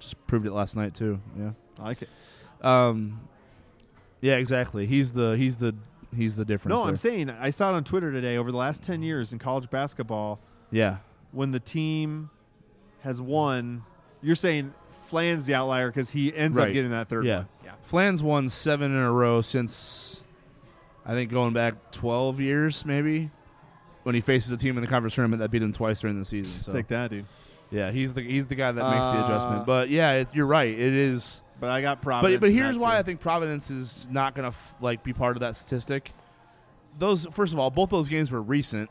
Just proved it last night too. Yeah. I like it. Um. Yeah, exactly. He's the he's the he's the difference. No, I'm there. saying I saw it on Twitter today. Over the last ten years in college basketball, yeah. when the team has won, you're saying Flan's the outlier because he ends Right. up getting that third Yeah. one. Yeah. Flan's won seven in a row since I think going back twelve years maybe. When he faces a team in the conference tournament that beat him twice during the season, so Take that, dude. yeah, he's the he's the guy that makes the Uh, adjustment. But yeah, it, you're right. It is But I got Providence. But but in here's that, why I too. think Providence is not going to f- like be part of that statistic. Those first of all, both those games were recent,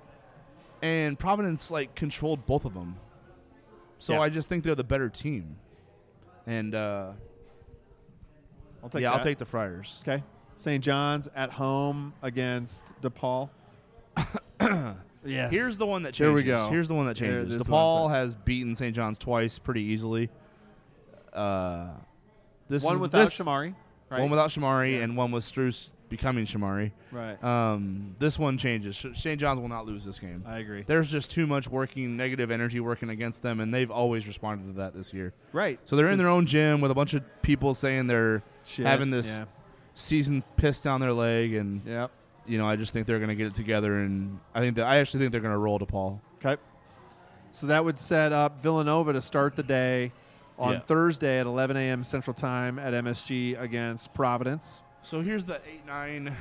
and Providence like controlled both of them. So Yeah. I just think they're the better team, and uh, I'll take yeah, I'll that. take the Friars. Okay. St. John's at home against DePaul. yes. Here's the one that changes. Here we go. Here's the one that Here, changes. this is what I'm DePaul talking- has beaten St. John's twice pretty easily. Uh, this one is, without this- Shamari. Right. one without Shamari, Yeah. and one with Struce becoming Shamari. right. Um, this one changes. Sh- St. John's will not lose this game. I agree. There's just too much working negative energy working against them, and they've always responded to that this year. Right. So they're in their Since- own gym with a bunch of people saying they're Shit, having this- Yeah. season pissed down their leg, and Yep. you know I just think they're going to get it together, and I think that I actually think they're going to roll to Paul. Okay. So that would set up Villanova to start the day on Yeah. Thursday at 11 a.m. Central Time at MSG against Providence. So here's that eight nine.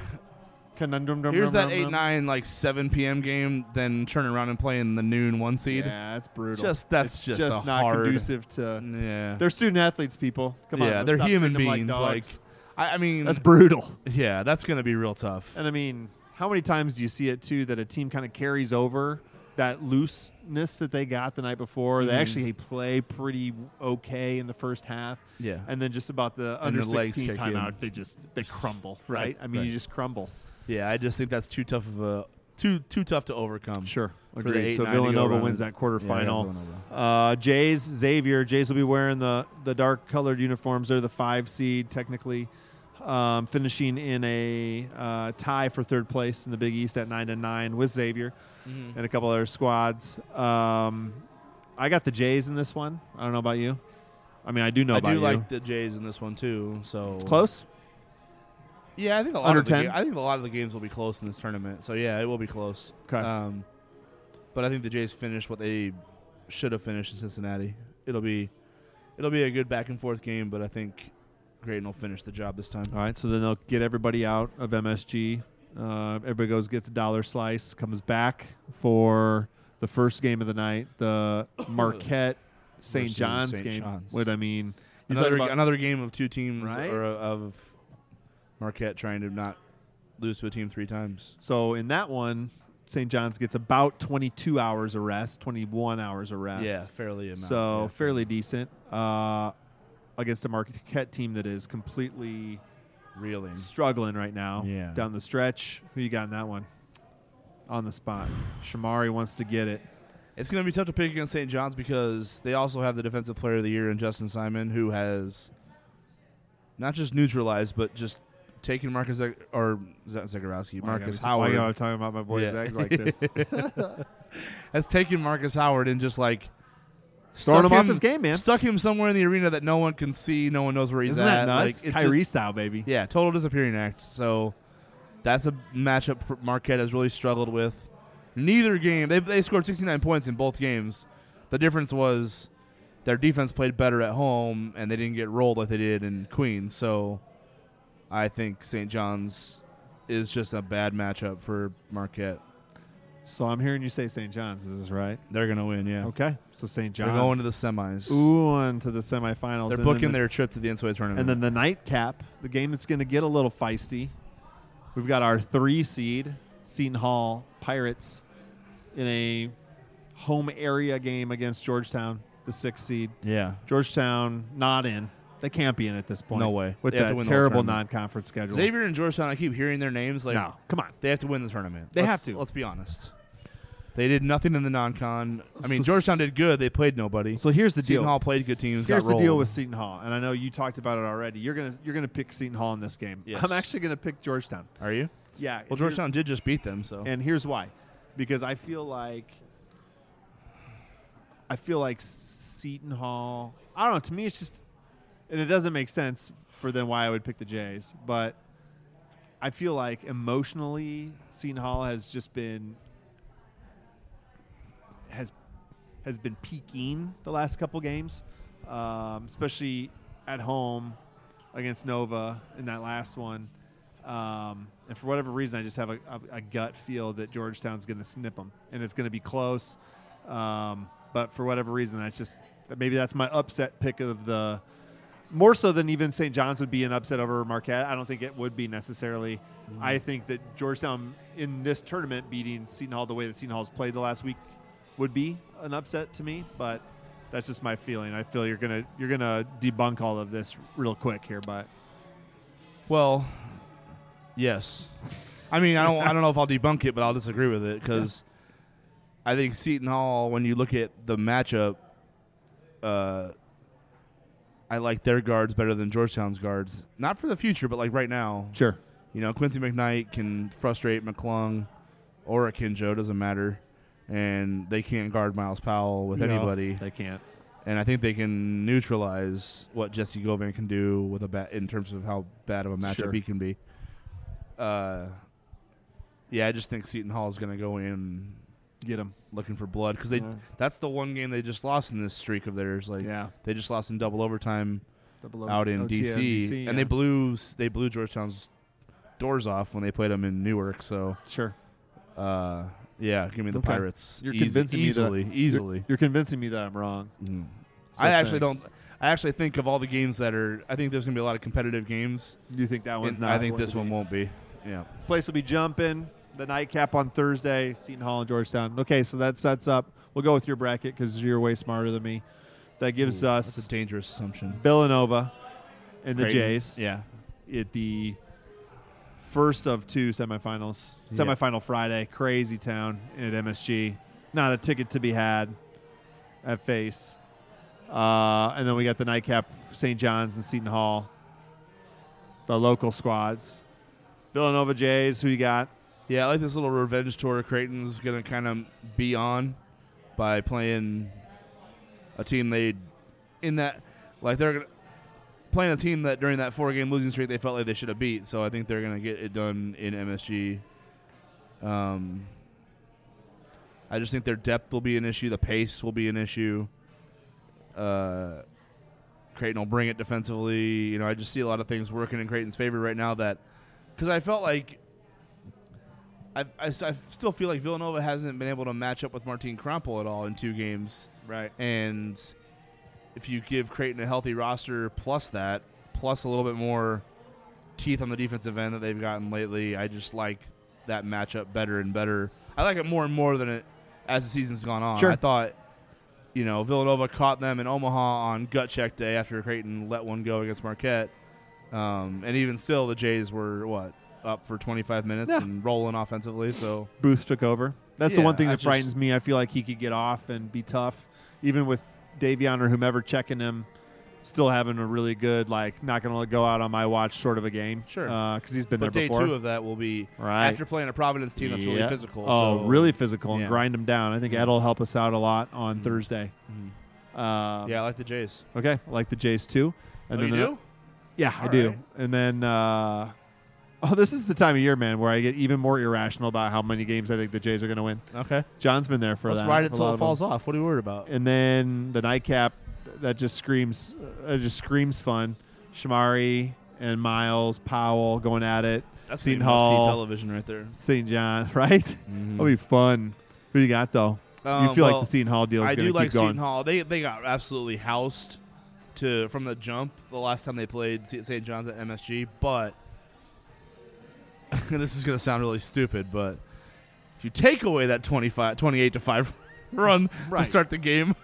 Conundrum. dum, Here's dum, that dum, eight dum. nine like seven p.m. game, then turn around and play in the noon one seed. Yeah, that's brutal. Just that's It's just, a not hard, conducive to. Yeah, They're student athletes, people. Come on. yeah, let's they're stop human treating them beings. Like, Like, dogs. I, I mean, that's brutal. yeah, that's going to be real tough. And I mean, how many times do you see it too that a team kind of carries over that looseness that they got the night before? They Mhm. actually play pretty okay in the first half, Yeah. and then just about the And under their legs sixteen kick in. timeout, they just they crumble. Right? Right, I mean, right. you just crumble. Yeah, I just think that's too tough of a too too tough to overcome. Sure, the agreed. eight, So nine to go Villanova around wins that it. Yeah, I got quarterfinal. Villanova. Uh, Jays, Xavier. Jays will be wearing the, the dark colored uniforms. They're the five seed, technically, um, finishing in a uh, tie for third place in the Big East at nine to nine with Xavier Mm-hmm. and a couple other squads. Um, I got the Jays in this one. I don't know about you. I mean, I do know I about do you. like the Jays in this one too. So Close. Yeah, I think a lot Under of the 10? ga- I think a lot of the games will be close in this tournament. So yeah, it will be close. 'Kay. Um, but I think the Jays finished what they should have finished in Cincinnati. It'll be it'll be a good back and forth game, but I think Graydon will finish the job this time. All right, so then they'll get everybody out of MSG. Uh, everybody goes gets a dollar slice, comes back for the first game of the night, the Marquette St. Versus John's St. game. John's. What I mean, you talk Another about- another game of two teams Right? or uh, of Marquette trying to not lose to a team three times. so in that one, St. John's gets about 22 hours of rest, 21 hours of rest. Yeah, fairly amount. so yeah. fairly decent uh, against a Marquette team that is completely reeling. struggling right now Yeah. down the stretch. Who you got in that one? On the spot, Shamari wants to get it. It's going to be tough to pick against St. John's because they also have the defensive player of the year in Justin Simon, who has not just neutralized but just taken Marcus Zag- or Zach Zagorowski, Why I gotta Marcus be- Why am I Howard talking about my boy Yeah. Zags like this? has taken Marcus Howard and just like Throwing stuck him off his game, man. Stuck him somewhere in the arena that no one can see, no one knows where he's Isn't that at. nuts? Like, it Kyrie just- style, baby. yeah, total disappearing act. So that's a matchup pr- Marquette has really struggled with. Neither game they they scored 69 points in both games. The difference was their defense played better at home and they didn't get rolled like they did in Queens. So I think St. John's is just a bad matchup for Marquette. So I'm hearing you say St. John's. Is this right? They're going to win, yeah. Okay. So St. John's. They're going to the semis. Ooh, on to the semifinals. They're and then booking the- their trip to the NCAA tournament. And then the nightcap, the game that's going to get a little feisty. We've got our three seed, Seton Hall Pirates, in a home area game against Georgetown, the six seed. yeah. Georgetown not in. They can't be in at this point. No way. With They have to that win the whole terrible tournament. non-conference schedule. Xavier and Georgetown, I keep hearing their names. Like, no, come on. They have to win the tournament. They Let's- have to. Let's be honest. They did nothing in the non-con. I mean, So Georgetown s- did good. They played nobody. So here's the Seton deal. Hall played good teams. Here's got the deal rolled. with Seton Hall, and I know you talked about it already. You're gonna you're gonna pick Seton Hall in this game. Yes. I'm actually gonna pick Georgetown. Are you? Yeah. and Well, here's- Georgetown did just beat them, so And here's why. Because I feel like I feel like Seton Hall I don't know, to me it's just and it doesn't make sense for then why I would pick the Jays, but I feel like emotionally Seton Hall has just been has has been peaking the last couple games, um, especially at home against Nova in that last one. Um, and for whatever reason, I just have a, a, a gut feel that Georgetown's going to snip them, and it's going to be close. Um, but for whatever reason, that's just maybe that's my upset pick of the more so than even St. John's would be an upset over Marquette. I don't think it would be necessarily. Mm-hmm. I think that Georgetown in this tournament beating Seton Hall the way that Seton Hall's played the last week would be an upset to me, but that's just my feeling. I feel you're gonna you're gonna debunk all of this real quick here, but well, yes. I mean, I don't. I don't know if I'll debunk it, but I'll disagree with it because I think Seton Hall. When you look at the matchup, uh, I like their guards better than Georgetown's guards. Not for the future, but like right now, sure. You know, Quincy McKnight can frustrate McClung or a Kinjo, doesn't matter. And they can't guard Miles Powell with anybody. they can't. And I think they can neutralize what Jesse Govan can do with a bat in terms of how bad of a matchup Sure. he can be. Uh, yeah, I just think Seton Hall is going to go in Get them. looking for blood because they Yeah. that's the one game they just lost in this streak of theirs. Like Yeah. they just lost in double overtime Double out in OT, DC, and yeah. they blew s- they blew Georgetown's doors off when they played them in Newark. So sure. uh, yeah, give me the Okay. Pirates. You're Easy- convincing me that- easily, easily. You're, you're convincing me that I'm wrong. Mm. So I actually thanks. don't. I actually think of all the games that are. I think there's going to be a lot of competitive games. You think that one's and Oh, not? I think going this to one be. won't be. Yeah. Place will be jumping. The nightcap on Thursday, Seton Hall and Georgetown. Okay, so that sets up. We'll go with your bracket because you're way smarter than me. That gives That's a us dangerous assumption. Villanova and the Creighton. Jays. Yeah. at the first of two semifinals. Yeah. Semifinal Friday, crazy town at MSG. Not a ticket to be had at face. Uh, and then we got the nightcap, St. John's and Seton Hall, the local squads. Villanova Jays, who you got? Yeah, I like this little revenge tour Creighton's going to kind of be on by playing a team they in that like they're going to playing a team that during that four game losing streak they felt like they should have beat. So I think they're going to get it done in MSG. Um I just think their depth will be an issue, the pace will be an issue. Uh Creighton will bring it defensively. You know, I just see a lot of things working in Creighton's favor right now that cuz I felt like I, I, s- I still feel like Villanova hasn't been able to match up with Martin Crumple at all in two games. Right. And if you give Creighton a healthy roster plus that, plus a little bit more teeth on the defensive end that they've gotten lately, I just like that matchup better and better. I like it more and more than it as the season's gone on. Sure. I thought, you know, Villanova caught them in Omaha on gut check day after Creighton let one go against Marquette. Um, and even still, the Jays were, what, up for 25 minutes Yeah. and rolling offensively. So. Booth took over. That's the Yeah, one thing I that just- frightens me. I feel like he could get off and be tough, even with Davion or whomever checking him. Still having a really good, like, not going to let go out on my watch sort of a game. Sure. Because he's been But there day before. two of that will be Right. after playing a Providence team that's Yeah. really physical. Oh, so really physical and Yeah. grind them down. I think Mhm. that'll help us out a lot on Thursday. Um, Yeah, I like the Jays. Okay. I like the Jays too. oh, you the- do? Yeah, I All do. right. And then, uh, oh, this is the time of year, man, where I get even more irrational about how many games I think the Jays are going to win. Okay. John's been there for Let's that. ride for it a till lot it of them. falls off. What are you worried about? And then the nightcap, that just screams that just screams fun. Shamari and Miles Powell going at it. That's Seton the Hall. television right there. St. John, right? That'll be fun. Who you got though? Um, you feel well, like the Seton Hall deal is I going do to like keep going? Seton Hall. They they got absolutely housed to from the jump the last time they played S- St. John's at MSG. But this is going to sound really stupid, but if you take away that 25, 28 to five run Right. to start the game.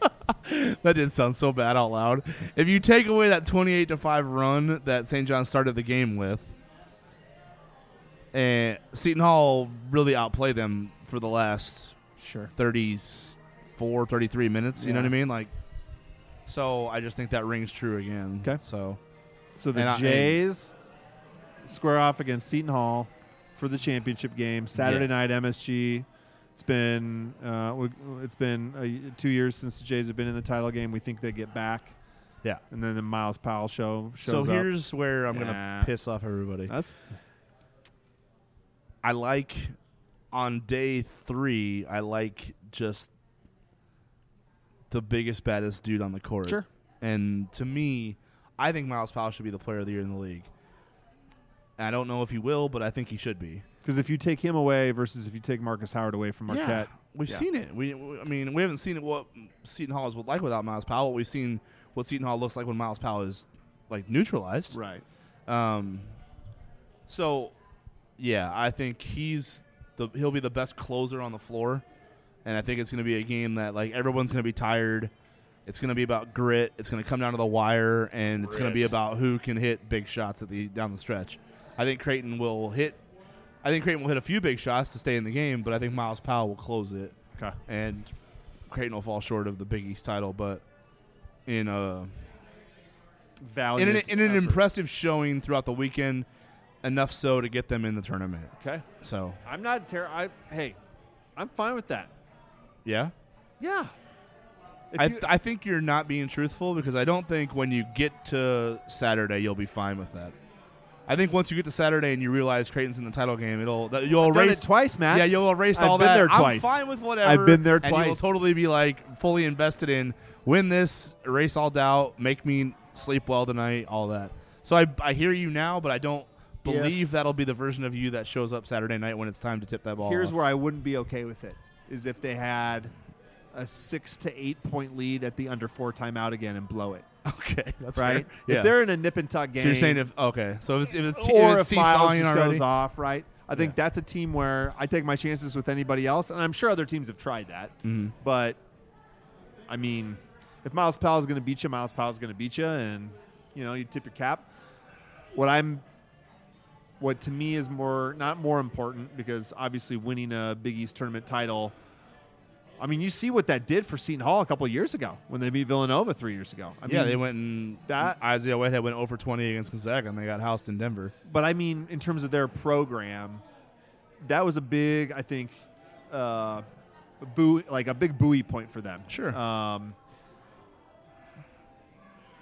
that didn't sound so bad out loud. If you take away that 28 to 5 run that St. John started the game with, and Seton Hall really outplayed them for the last Sure. 34, 33 minutes. You know Yeah. what I mean? Like, so I just think that rings true again. 'Kay. So So the And I- and- Jays square off against Seton Hall for the championship game Saturday night MSG. It's been uh, we- it's been uh, y- two years since the Jays have been in the title game. We think they get back, yeah. and then the Miles Powell show So shows up. here's where I'm Yeah. gonna piss off everybody. That's I like on day three. I like just the biggest baddest dude on the court. Sure. And to me, I think Miles Powell should be the player of the year in the league. I don't know if he will, but I think he should be. because if you take him away versus if you take Marcus Howard away from Marquette, Yeah, we've Yeah. seen it. We, we- I mean, we haven't seen what Seton Hall is like without Miles Powell. We've seen what Seton Hall looks like when Miles Powell is like neutralized. right? Um, so, yeah, I think he's the he'll be the best closer on the floor, and I think it's going to be a game that like everyone's going to be tired. It's going to be about grit. It's going to come down to the wire, and it's going to be Grit. about who can hit big shots at the down the stretch. I think Creighton will hit. I think Creighton will hit a few big shots to stay in the game, but I think Miles Powell will close it, Okay. and Creighton will fall short of the Big East title, but in a in an, Valiant. in an effort. impressive showing throughout the weekend, enough so to get them in the tournament. okay. So I'm not ter- I hey, I'm fine with that. yeah, Yeah. If I, you- I think you're not being truthful because I don't think when you get to Saturday you'll be fine with that. I think once you get to Saturday and you realize Creighton's in the title game, it'll that- you'll I've done erase it twice, Matt. Yeah, you'll erase I've all been that. there twice. I'm fine with whatever. been there And you'll twice. totally be like fully invested in win this, erase all doubt, make me sleep well tonight, all that. So I, I hear you now, but I don't believe that'll be the version of you that shows up Saturday night when it's time to tip that ball. Here's off. where I wouldn't be okay with it is if they had a six to eight point lead at the under four timeout again and blow it. okay, that's Right? fair. Yeah. If they're in a nip and tuck game, so you're saying if okay, so if it's if it's, or if it's if Miles seesawing just already, goes off, right? I think that's a team where I take my chances with anybody else, and I'm sure other teams have tried that. Mm-hmm. But I mean, if Miles Powell is going to beat you, Miles Powell is going to beat you, and you know you tip your cap. What I'm, what to me is more not more important because obviously winning a Big East tournament title. I mean, you see what that did for Seton Hall a couple of years ago when they beat Villanova three years ago. I yeah, mean, they went and that- Isaiah Whitehead went over 20 against Gonzaga and they got housed in Denver. but I mean, in terms of their program, that was a big, I think, uh, buoy, like a big buoy point for them. Sure. Um,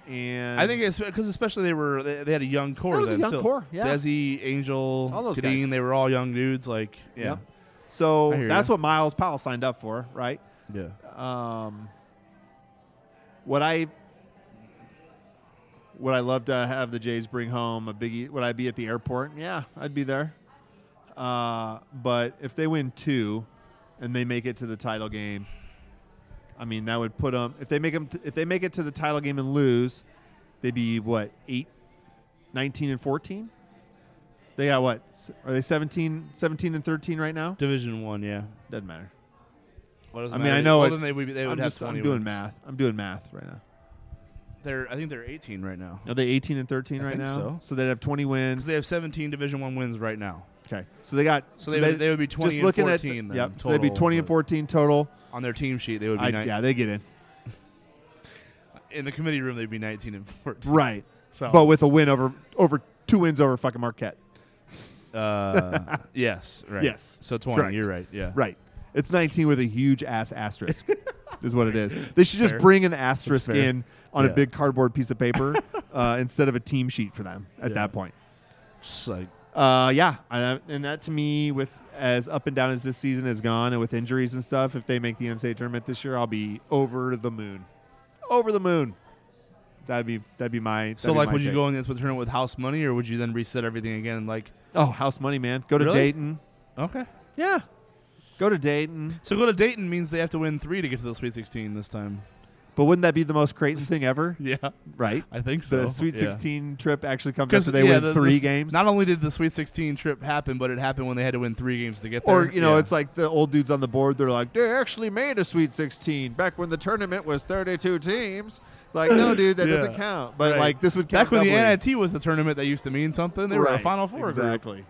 and I think it's because especially they were they, they had a young core. That was a then, young so core, yeah. Desi, Angel, All those Kadeen, guys. they were all young dudes. Like yeah, Yep. so. I hear That's ya. what Miles Powell signed up for, right? yeah. Um, what I would I love to have the Jays bring home a biggie? Would I be at the airport? Yeah, I'd be there. Uh, but if they win two, and they make it to the title game, I mean that would put them. If they make 'em t- if they make it to the title game and lose, they'd be what eight, 19 and fourteen. They got what? S- Are they 17, 17 and thirteen right now? Division one. Yeah. Doesn't matter. What does it I mean, matter? I know Well, it- then they would, be- they would I'm have just I'm 20 doing wins. math. I'm doing math right now. They're I think they're 18 right now Are they 18 and 13 I right think now? so. they'd have 20 wins. because they have 17 Division one wins right now okay, so they got So they would- they would be 20 just and looking at 14 then yep, so they'd be total, 20 and but- 14 total. on their team sheet. They would be I- nine- yeah, they get in in the committee room. They'd be 19 and 14. right, So but with a win over over two wins over fucking Marquette. uh, yes, right. Yes. So 20. Correct. You're right. Yeah. Right, it's 19 with a huge ass asterisk. is what it is. They should just Fair. bring an asterisk fair. in on a Yeah. big cardboard piece of paper uh, instead of a team sheet for them at Yeah. that point. Just like Uh, yeah, I, and that to me, with as up and down as this season has gone, and with injuries and stuff, if they make the NCAA tournament this year, I'll be over the moon. over the moon. That'd be that'd be my. So like, would you go in this with tournament with house money, or would you then reset everything again? Like, Oh, house money, man. Go to Really? Dayton. okay. Yeah, go to Dayton. So go to Dayton means they have to win three to get to the Sweet 16 this time. But wouldn't that be the most Creighton thing ever? Yeah, Right. I think so. The Sweet Yeah. 16 trip actually comes Because after they yeah, win the- three the- games. Not only did the Sweet 16 trip happen, but it happened when they had to win three games to get there. or you know, Yeah. it's like the old dudes on the board. They're like, they actually made a Sweet 16 back when the tournament was 32 teams. It's Like, no, dude, that Yeah. doesn't count. But Right. like this would count. back when the doubly. NIT was the tournament that used to mean something. They were a Right, Final Four group. exactly.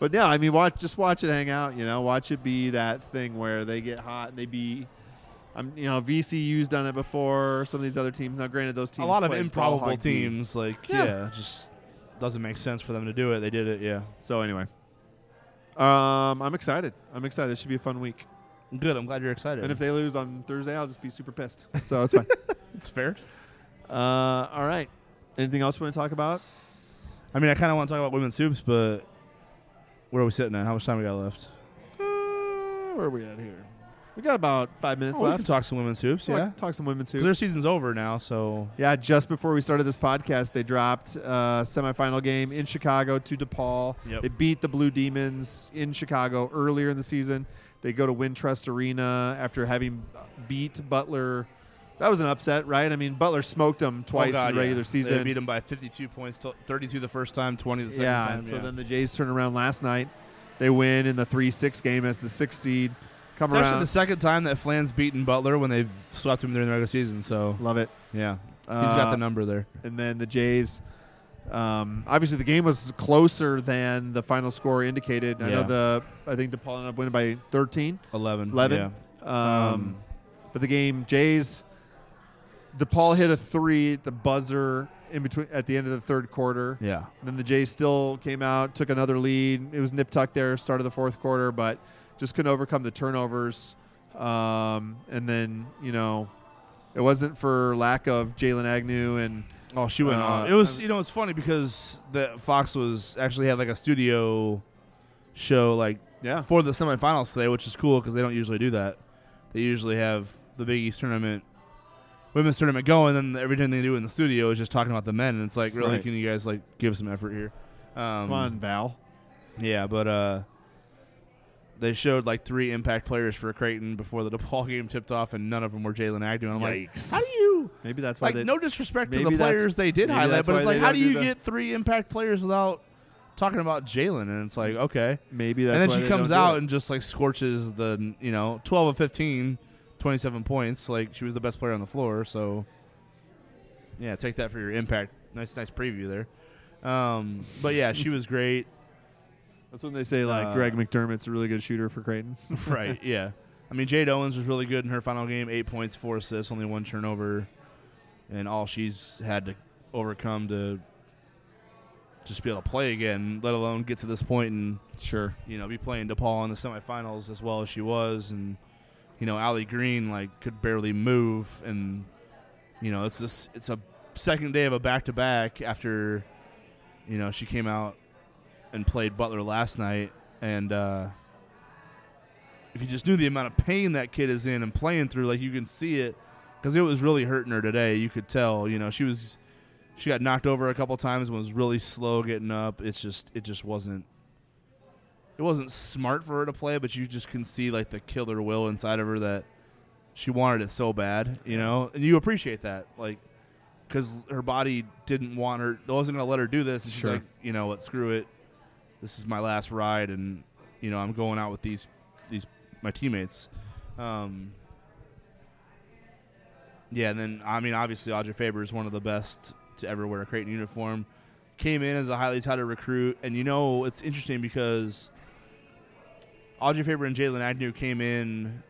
But yeah, I mean, watch just watch it hang out. You know, watch it be that thing where they get hot and they be. I'm, you know, VCU's done it before. Some of these other teams. Now, granted, those teams A lot of play ball improbable hog deep. teams, like yeah. Yeah. just doesn't make sense for them to do it. They did it, yeah. So anyway, um, I'm excited. I'm excited. This should be a fun week. Good. I'm glad you're excited. And if they lose on Thursday, I'll just be super pissed. So it's fine. it's fair. uh, all right. Anything else we want to talk about? I mean, I kind of want to talk about women's hoops, but where are we sitting at? How much time we got left? Uh, where are we at here? We got about five minutes Oh, we left. can talk some women's hoops, Talk- yeah. talk some women's hoops. Their season's over now, so Yeah, just before we started this podcast, they dropped uh, semifinal game in Chicago to DePaul. Yep. They beat the Blue Demons in Chicago earlier in the season. They go to Wintrust Arena after having uh, beat Butler. That was an upset, right? I mean, Butler smoked them twice Oh, God, in the yeah. regular season. They beat them by 52 points, t- 32 the first time, 20 the second yeah, time. and so yeah. then the Jays turn around last night. They win in the three-six game as the sixth seed. Come it's actually around, the second time that Flan's beaten Butler when they've swept him during the regular season. So love it. yeah, Uh, he's got the number there. and then the Jays. Um, obviously, the game was closer than the final score indicated. I know Yeah. the I think DePaul ended up winning by 13, 11. 11. Yeah. Um, but the game Jays, DePaul hit a three at the buzzer in between at the end of the third quarter. Yeah. Then the Jays still came out, took another lead. It was nip tuck there, start of the fourth quarter, but just couldn't overcome the turnovers. Um, and then you know, it wasn't for lack of Jalen Agnew and. Oh, she went Uh, on. It was I'm- you know it's funny because the Fox was actually had like a studio show like Yeah. for the semifinals today, which is cool because they don't usually do that. They usually have the Big East tournament, women's tournament going, and everything they do in the studio is just talking about the men, and it's like really Right. can you guys like give some effort here? Um, Come on, Val. Yeah, but uh, they showed like three impact players for Creighton before the DePaul game tipped off, and none of them were Jalen Agnew. And I'm Yikes. like, how do you? Maybe that's why Like, they. no disrespect to maybe the that's- players they did maybe highlight, that's but why it's like, they how don't do do you the- get three impact players without talking about Jalen? And it's like, okay. maybe that's. And then why she they comes don't do out it. and just like scorches the, you know, 12 of 15, 27 points. Like, she was the best player on the floor. So, yeah, take that for your impact. Nice, nice preview there. Um, but yeah, she was great. That's when they say like uh, Greg McDermott's a really good shooter for Creighton. right. Yeah. I mean, Jade Owens was really good in her final game. Eight points, four assists, only one turnover, and all she's had to overcome to just be able to play again, let alone get to this point and Sure. you know be playing DePaul in the semifinals as well as she was, and you know Allie Green like could barely move, and you know it's this it's a second day of a back to back after you know she came out and played Butler last night, and uh, if you just knew the amount of pain that kid is in and playing through, like you can see it because it was really hurting her today. You could tell, you know, she was she got knocked over a couple times and was really slow getting up. It's just it just wasn't it wasn't smart for her to play, but you just can see like the killer will inside of her that she wanted it so bad, you know, and you appreciate that, like. Because her body didn't want her, wasn't going to let her do this. And she's Sure. like, you know what, screw it. This is my last ride, and you know I'm going out with these these my teammates. Um, yeah, and then I mean, obviously, Audrey Faber is one of the best to ever wear a Creighton uniform. Came in as a highly touted recruit, and you know it's interesting because Audrey Faber and Jalen Agnew came in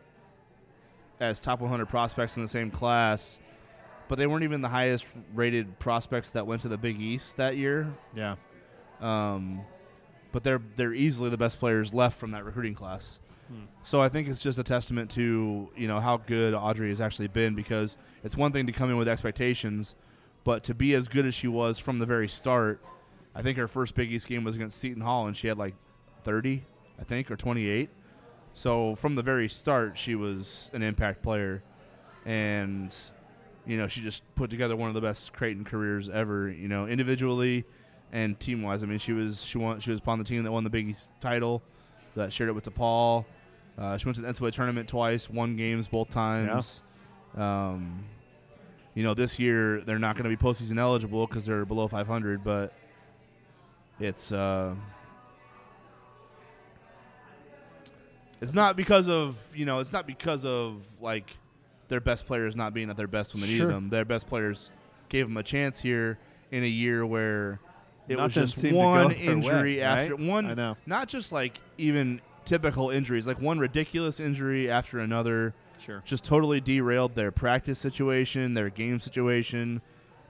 as top 100 prospects in the same class, but they weren't even the highest rated prospects that went to the Big East that year. Yeah. Um, but they're they're easily the best players left from that recruiting class. So I think it's just a testament to you know how good Audrey has actually been because it's one thing to come in with expectations, but to be as good as she was from the very start, I think her first Big East game was against Seton Hall and she had like 30, I think, or 28. So from the very start, she was an impact player, and you know, she just put together one of the best Creighton careers ever. You know, individually and team wise. I mean, she was she won she was upon the team that won the Big East title, that shared it with DePaul. Uh, she went to the NCAA tournament twice, won games both times. Um, you know, this year they're not going to be postseason eligible because they're below 500, but it's uh, it's not because of you know it's not because of like their best players not being at their best when they Sure. needed them. Their best players gave them a chance here in a year where it Nothing seemed was just to go their one way, injury after right? one. I know. Not just like even typical injuries, like one ridiculous injury after another Sure. just totally derailed their practice situation, their game situation.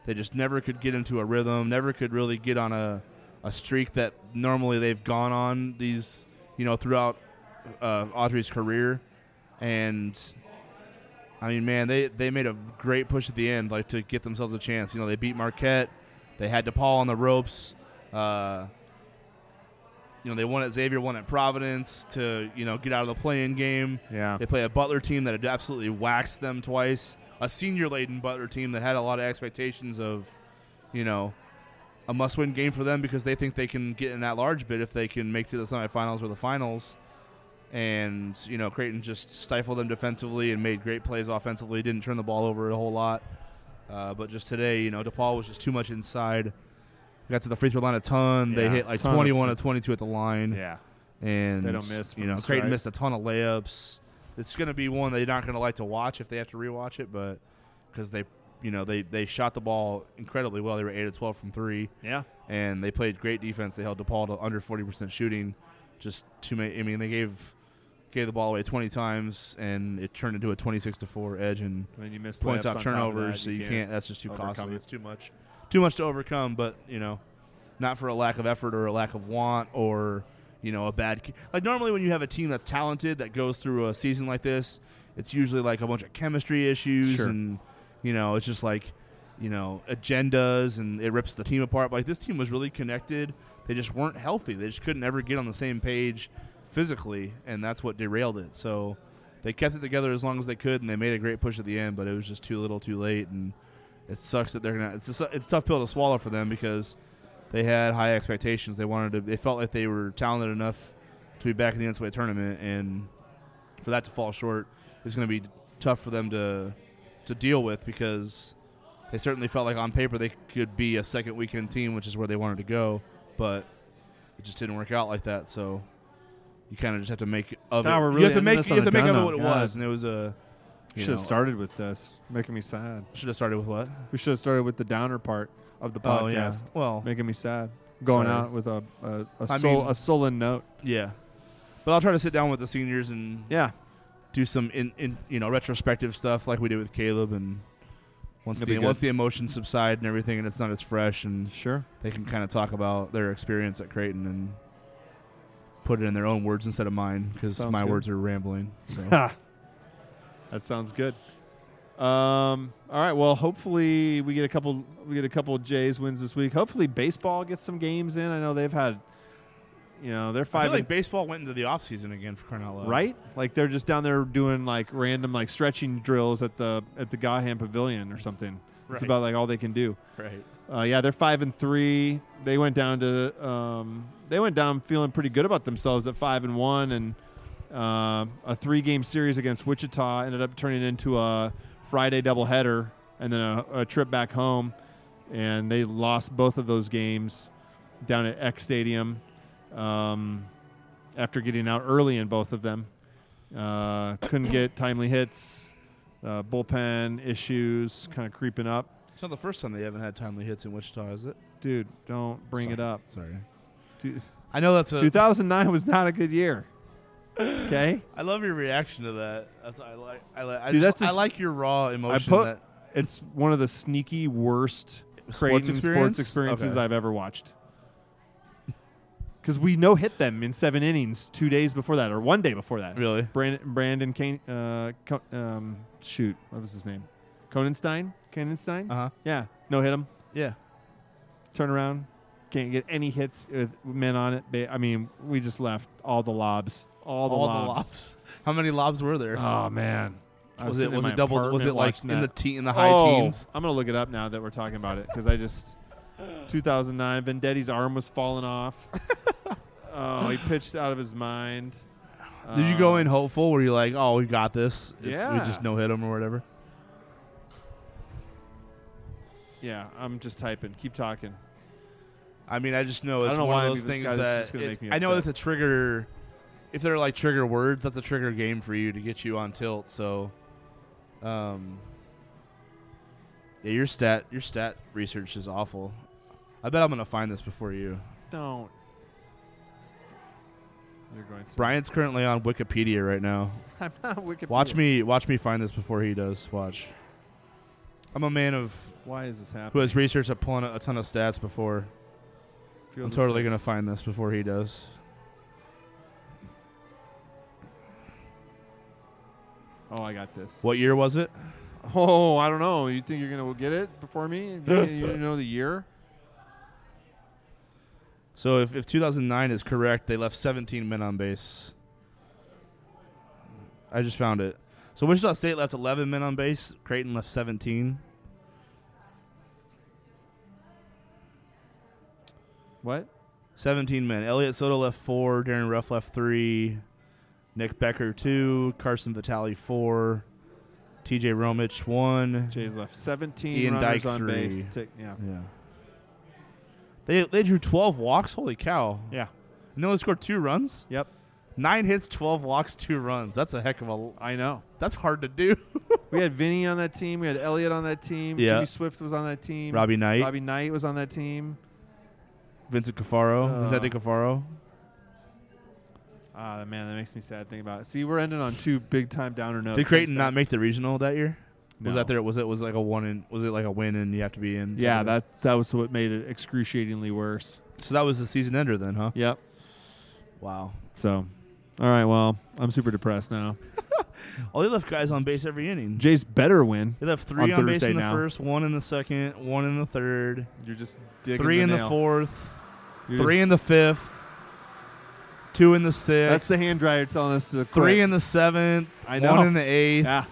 They just never could get into a rhythm, never could really get on a, a streak that normally they've gone on these, you know, throughout uh, Audrey's career. And I mean, man, they, they made a great push at the end, like to get themselves a chance. You know, they beat Marquette, they had DePaul on the ropes. Uh, you know, they won at Xavier, won at Providence to, you know, get out of the playing game. Yeah. They play a Butler team that had absolutely waxed them twice. A senior laden Butler team that had a lot of expectations of, you know, a must win game for them because they think they can get in that large bid if they can make it to the semifinals or the finals. And, you know, Creighton just stifled them defensively and made great plays offensively, didn't turn the ball over a whole lot. Uh, but just today, you know, DePaul was just too much inside. Got to the free throw line a ton. they Yeah, hit like ton of- 21 to 22 at the line yeah. and They don't miss from You know, the Creighton stripe. missed a ton of layups. It's going to be one they're not going to like to watch if they have to rewatch it, but because they, you know, they they shot the ball incredibly well. They were eight of twelve from three, Yeah. and they played great defense. They held DePaul to under forty percent shooting. Just too many. I mean, they gave gave the ball away twenty times, and it turned into a twenty six to four edge and And then you miss points layups off on top of turnovers. that, so you can't, That's just too overcome costly. it. It's too much. Too much to overcome. But you know, not for a lack of effort or a lack of want or you know a bad ke- like normally when you have a team that's talented that goes through a season like this, it's usually like a bunch of chemistry issues Sure. and you know it's just like you know agendas and it rips the team apart. But, like this team was really connected. They just weren't healthy. They just couldn't ever get on the same page physically, and that's what derailed it. So they kept it together as long as they could, and they made a great push at the end. But it was just too little, too late, and it sucks that they're gonna. It's a, su- it's a tough pill to swallow for them because they had high expectations. They wanted to. They felt like they were talented enough to be back in the NCAA tournament, and for that to fall short is going to be tough for them to to deal with because they certainly felt like on paper they could be a second weekend team, which is where they wanted to go, but it just didn't work out like that. So you kind of just have to make of Now it. we're you really have to ending make this you on have a to make down of it note. what it God. was, and it was a you Should have know, started with this, making me sad. Should have started with what? We should have started with the downer part of the podcast, Oh yeah. Well, making me sad. Going Sorry. out with a a, a, I soul, mean- a sullen note. yeah. But I'll try to sit down with the seniors and Yeah, do some in, in you know retrospective stuff like we did with Caleb and once It'll the be good. once the emotions subside and everything and it's not as fresh and sure. they can kind of talk about their experience at Creighton and put it in their own words instead of mine because Sounds my good. words are rambling. So That sounds good. Um, all right. Well, hopefully we get a couple. We get a couple Jays wins this week. Hopefully baseball gets some games in. I know they've had, you know, they're I five feel like and baseball went into the off season again for crying out loud. right? Like they're just down there doing like random like stretching drills at the at the Gahan Pavilion or something. Right. It's about like all they can do. Right. Uh, yeah, they're five and three. They went down to um, they went down feeling pretty good about themselves at five and one, and uh, a three game series against Wichita ended up turning into a Friday doubleheader and then a, a trip back home, and they lost both of those games down at X Stadium um, after getting out early in both of them. Uh, couldn't get timely hits, uh, bullpen issues kind of creeping up. It's not the first time they haven't had timely hits in Wichita, is it? Dude, don't bring it up. Sorry. Two- I know that's a. 2009 was not a good year. Okay? I love your reaction to that. That's I like. I like. I, Dude, just- that's a I s- like your raw emotion. put- that, It's one of the sneaky worst Sports Creighton experience? sports experiences Okay. I've ever watched. Because we no hit them in seven innings two days before that, or one day before that. really. Brandon, Brandon Kane, uh, Co- um, shoot, what was his name? Konenstein? Konenstein? Uh huh. yeah, no hit him. Yeah. Turn around. Can't get any hits with men on it. Ba- I mean, we just left all the lobs. All the lobs. How many lobs were there? Oh man, I was it sitting in was my it double? Was apartment it like watching in the that. te- in the high Oh, teens? I'm gonna look it up now that we're talking about it because I just 2009. Vendetti's arm was falling off. oh, he pitched out of his mind. Did you go Um, in hopeful? Were you like, oh, we got this? It's, We Yeah. just no hit him or whatever. Yeah, I'm just typing. Keep talking. I mean, I just know I it's don't know one why of I'm those even- things guys, this is that just gonna it's- make me I know upset. that's a trigger. If they're like trigger words, that's a trigger game for you to get you on tilt. So, um, yeah, your stat your stat research is awful. I bet I'm gonna find this before you. Don't. You're going to. Brian's currently on Wikipedia right now. I'm not Wikipedia. Watch me watch me find this before he does. Watch. I'm a man of Why is this happening? who has researched a ton a ton of stats before. Field I'm of totally six. gonna find this before he does. Oh, I got this. What year was it? Oh, I don't know. You think you're gonna get it before me? You, you know the year? So if, if 2009 is correct, they left 17 men on base. I just found it. So Wichita State left 11 men on base. Creighton left 17. What? 17 men. Elliot Soto left four. Darren Ruff left three. Nick Becker two. Carson Vitale four. T.J. Romich one. Jay's left 17 Ian runners Dyke, on three. base. Tick- yeah. Yeah. They they drew 12 walks. Holy cow! Yeah. And they only scored two runs. Yep. Nine hits, 12 walks, two runs. That's a heck of a. I know. That's hard to do. We had Vinny on that team. We had Elliott on that team. Yeah. Jimmy Swift was on that team. Robbie Knight. Robbie Knight was on that team. Vincent Cafaro, Uh, Vicente Cafaro. Ah, man, that makes me sad thinking about it. See, we're ending on two big time downer notes. Did Creighton Thanks, not Matt. make the regional that year? Was uh, No. that there? Was it was like a one in? Was it like a win and you have to be in? Yeah, that that was what made it excruciatingly worse. So that was the season ender then, huh? Yep. Wow. So, all right. Well, I'm super depressed now. Oh, they left guys on base every inning. Jay's better win. They left three On on, base Thursday in the now. first, one in the second, one in the third, You're just digging three the in the nail. fourth, You're three just- in the fifth, two in the that's sixth, the hand dryer telling us to quit. three in the seventh, I know. one in the eighth. yeah.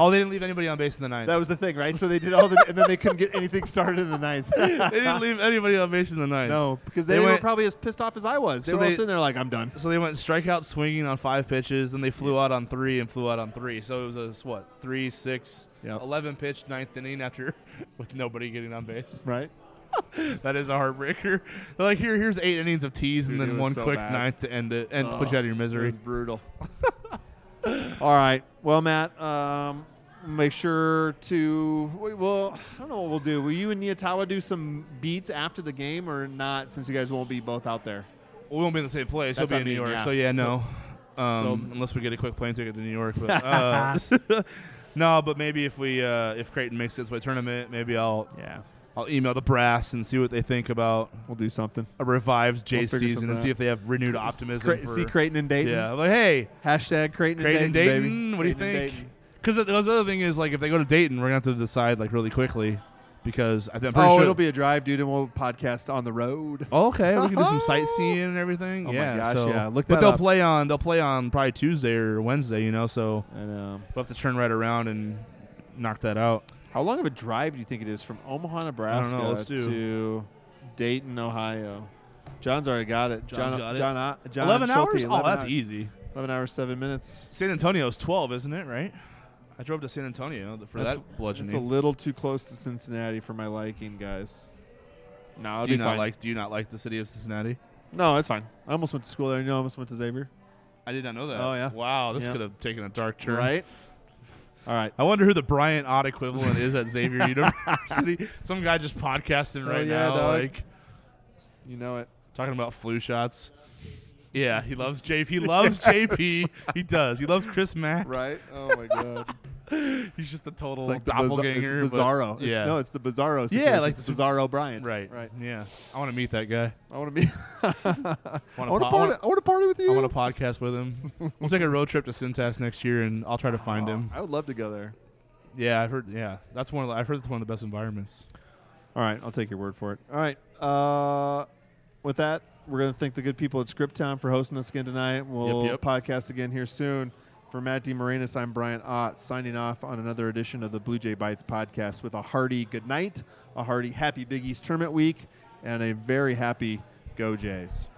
Oh, they didn't leave anybody on base in the ninth. That was the thing, right? So they did all the, and then they couldn't get anything started in the ninth. they didn't leave anybody on base in the ninth. no, because They they, were went- probably as pissed off as I was. They So were all they- sitting there like, "I'm done." So they went strikeout swinging on five pitches, then they flew out on three and flew out on three. So it was a s- what three, six, Yep. eleven pitch ninth inning after with nobody getting on base. Right? That is a heartbreaker. They're like here, here's eight innings of tees and Dude, it then was one so quick bad. ninth to end it and to put Ugh, you out of your It misery. was brutal. all right. Well, Matt, um, make sure to. we- Well, I don't know what we'll do. Will you and Niatawa do some beats after the game or not? Since you guys won't be both out there. We won't be in the same place. That's He'll be in what I mean, New York. yeah. So yeah, no. Um, So- unless we get a quick plane ticket to New York, but uh, no. But maybe if we uh, if Creighton makes this by tournament, maybe I'll Yeah, I'll email the brass and see what they think about we'll do something. a revived J We'll figure season something and out. see if they have renewed optimism. Cre- for, see Creighton and Dayton. yeah, like hey, Hashtag Creighton, and Creighton and Dayton. baby. Dayton, what do you Creighton and think? Dayton. because the, 'cause the other thing is like if they go to Dayton, we're gonna have to decide like really quickly because I think I'm pretty Oh, sure. it'll be a drive, dude, and we'll podcast on the road. Oh, okay, we can do some sightseeing and everything. Oh my yeah, gosh, so- yeah, look but that they'll up. play on they'll play on probably Tuesday or Wednesday, you know. So And um, we'll have to turn right around and knock that out. how long of a drive do you think it is from Omaha, Nebraska let's do- to Dayton, Ohio? John's already got it. John's John, got it. John, uh, John eleven Schulte, hours? 11 oh, that's hours. easy. Eleven hours, seven minutes. San Antonio's twelve, isn't it? Right. I drove to San Antonio for That's- that bludgeoning. It's a little too close to Cincinnati for my liking, guys. No, it'll do you be not fine. like? Do you not like the city of Cincinnati? No, it's fine. I almost went to school there. You know, I almost went to Xavier. I did not know that. Oh, yeah. Wow, this Yeah. could have taken a dark turn. Right. All right. I wonder who the Bryant Ott equivalent is at Xavier University. Some guy just podcasting Oh, right yeah, now, dog. like You know it. talking about flu shots. Yeah, he loves JP. He loves JP. He does. He loves Chris Mack. Right. Oh my god. He's just a total It's like the bizar- doppelganger. it's but- bizarro. It's- yeah. no, it's the bizarro. Situation. like It's the- bizarro Bryant. right. Right. Yeah. I want to meet that guy. I want to be. I Wanna want to po- party. I want to party with I you. want to podcast with him. We'll take a road trip to Syntax next year, and I'll try to find Oh, him. I would love to go there. Yeah, I've heard. Yeah, that's one. Of the, I've heard it's one of the best environments. All right, I'll take your word for it. All right. Uh, with that, we're going to thank the good people at Script Town for hosting us again tonight. We'll yep. podcast again here soon. For Matt DeMoranis, I'm Brian Ott, signing off on another edition of the Blue Jay Bites podcast with a hearty good night, a hearty happy Big East tournament week, and a very happy Go Jays.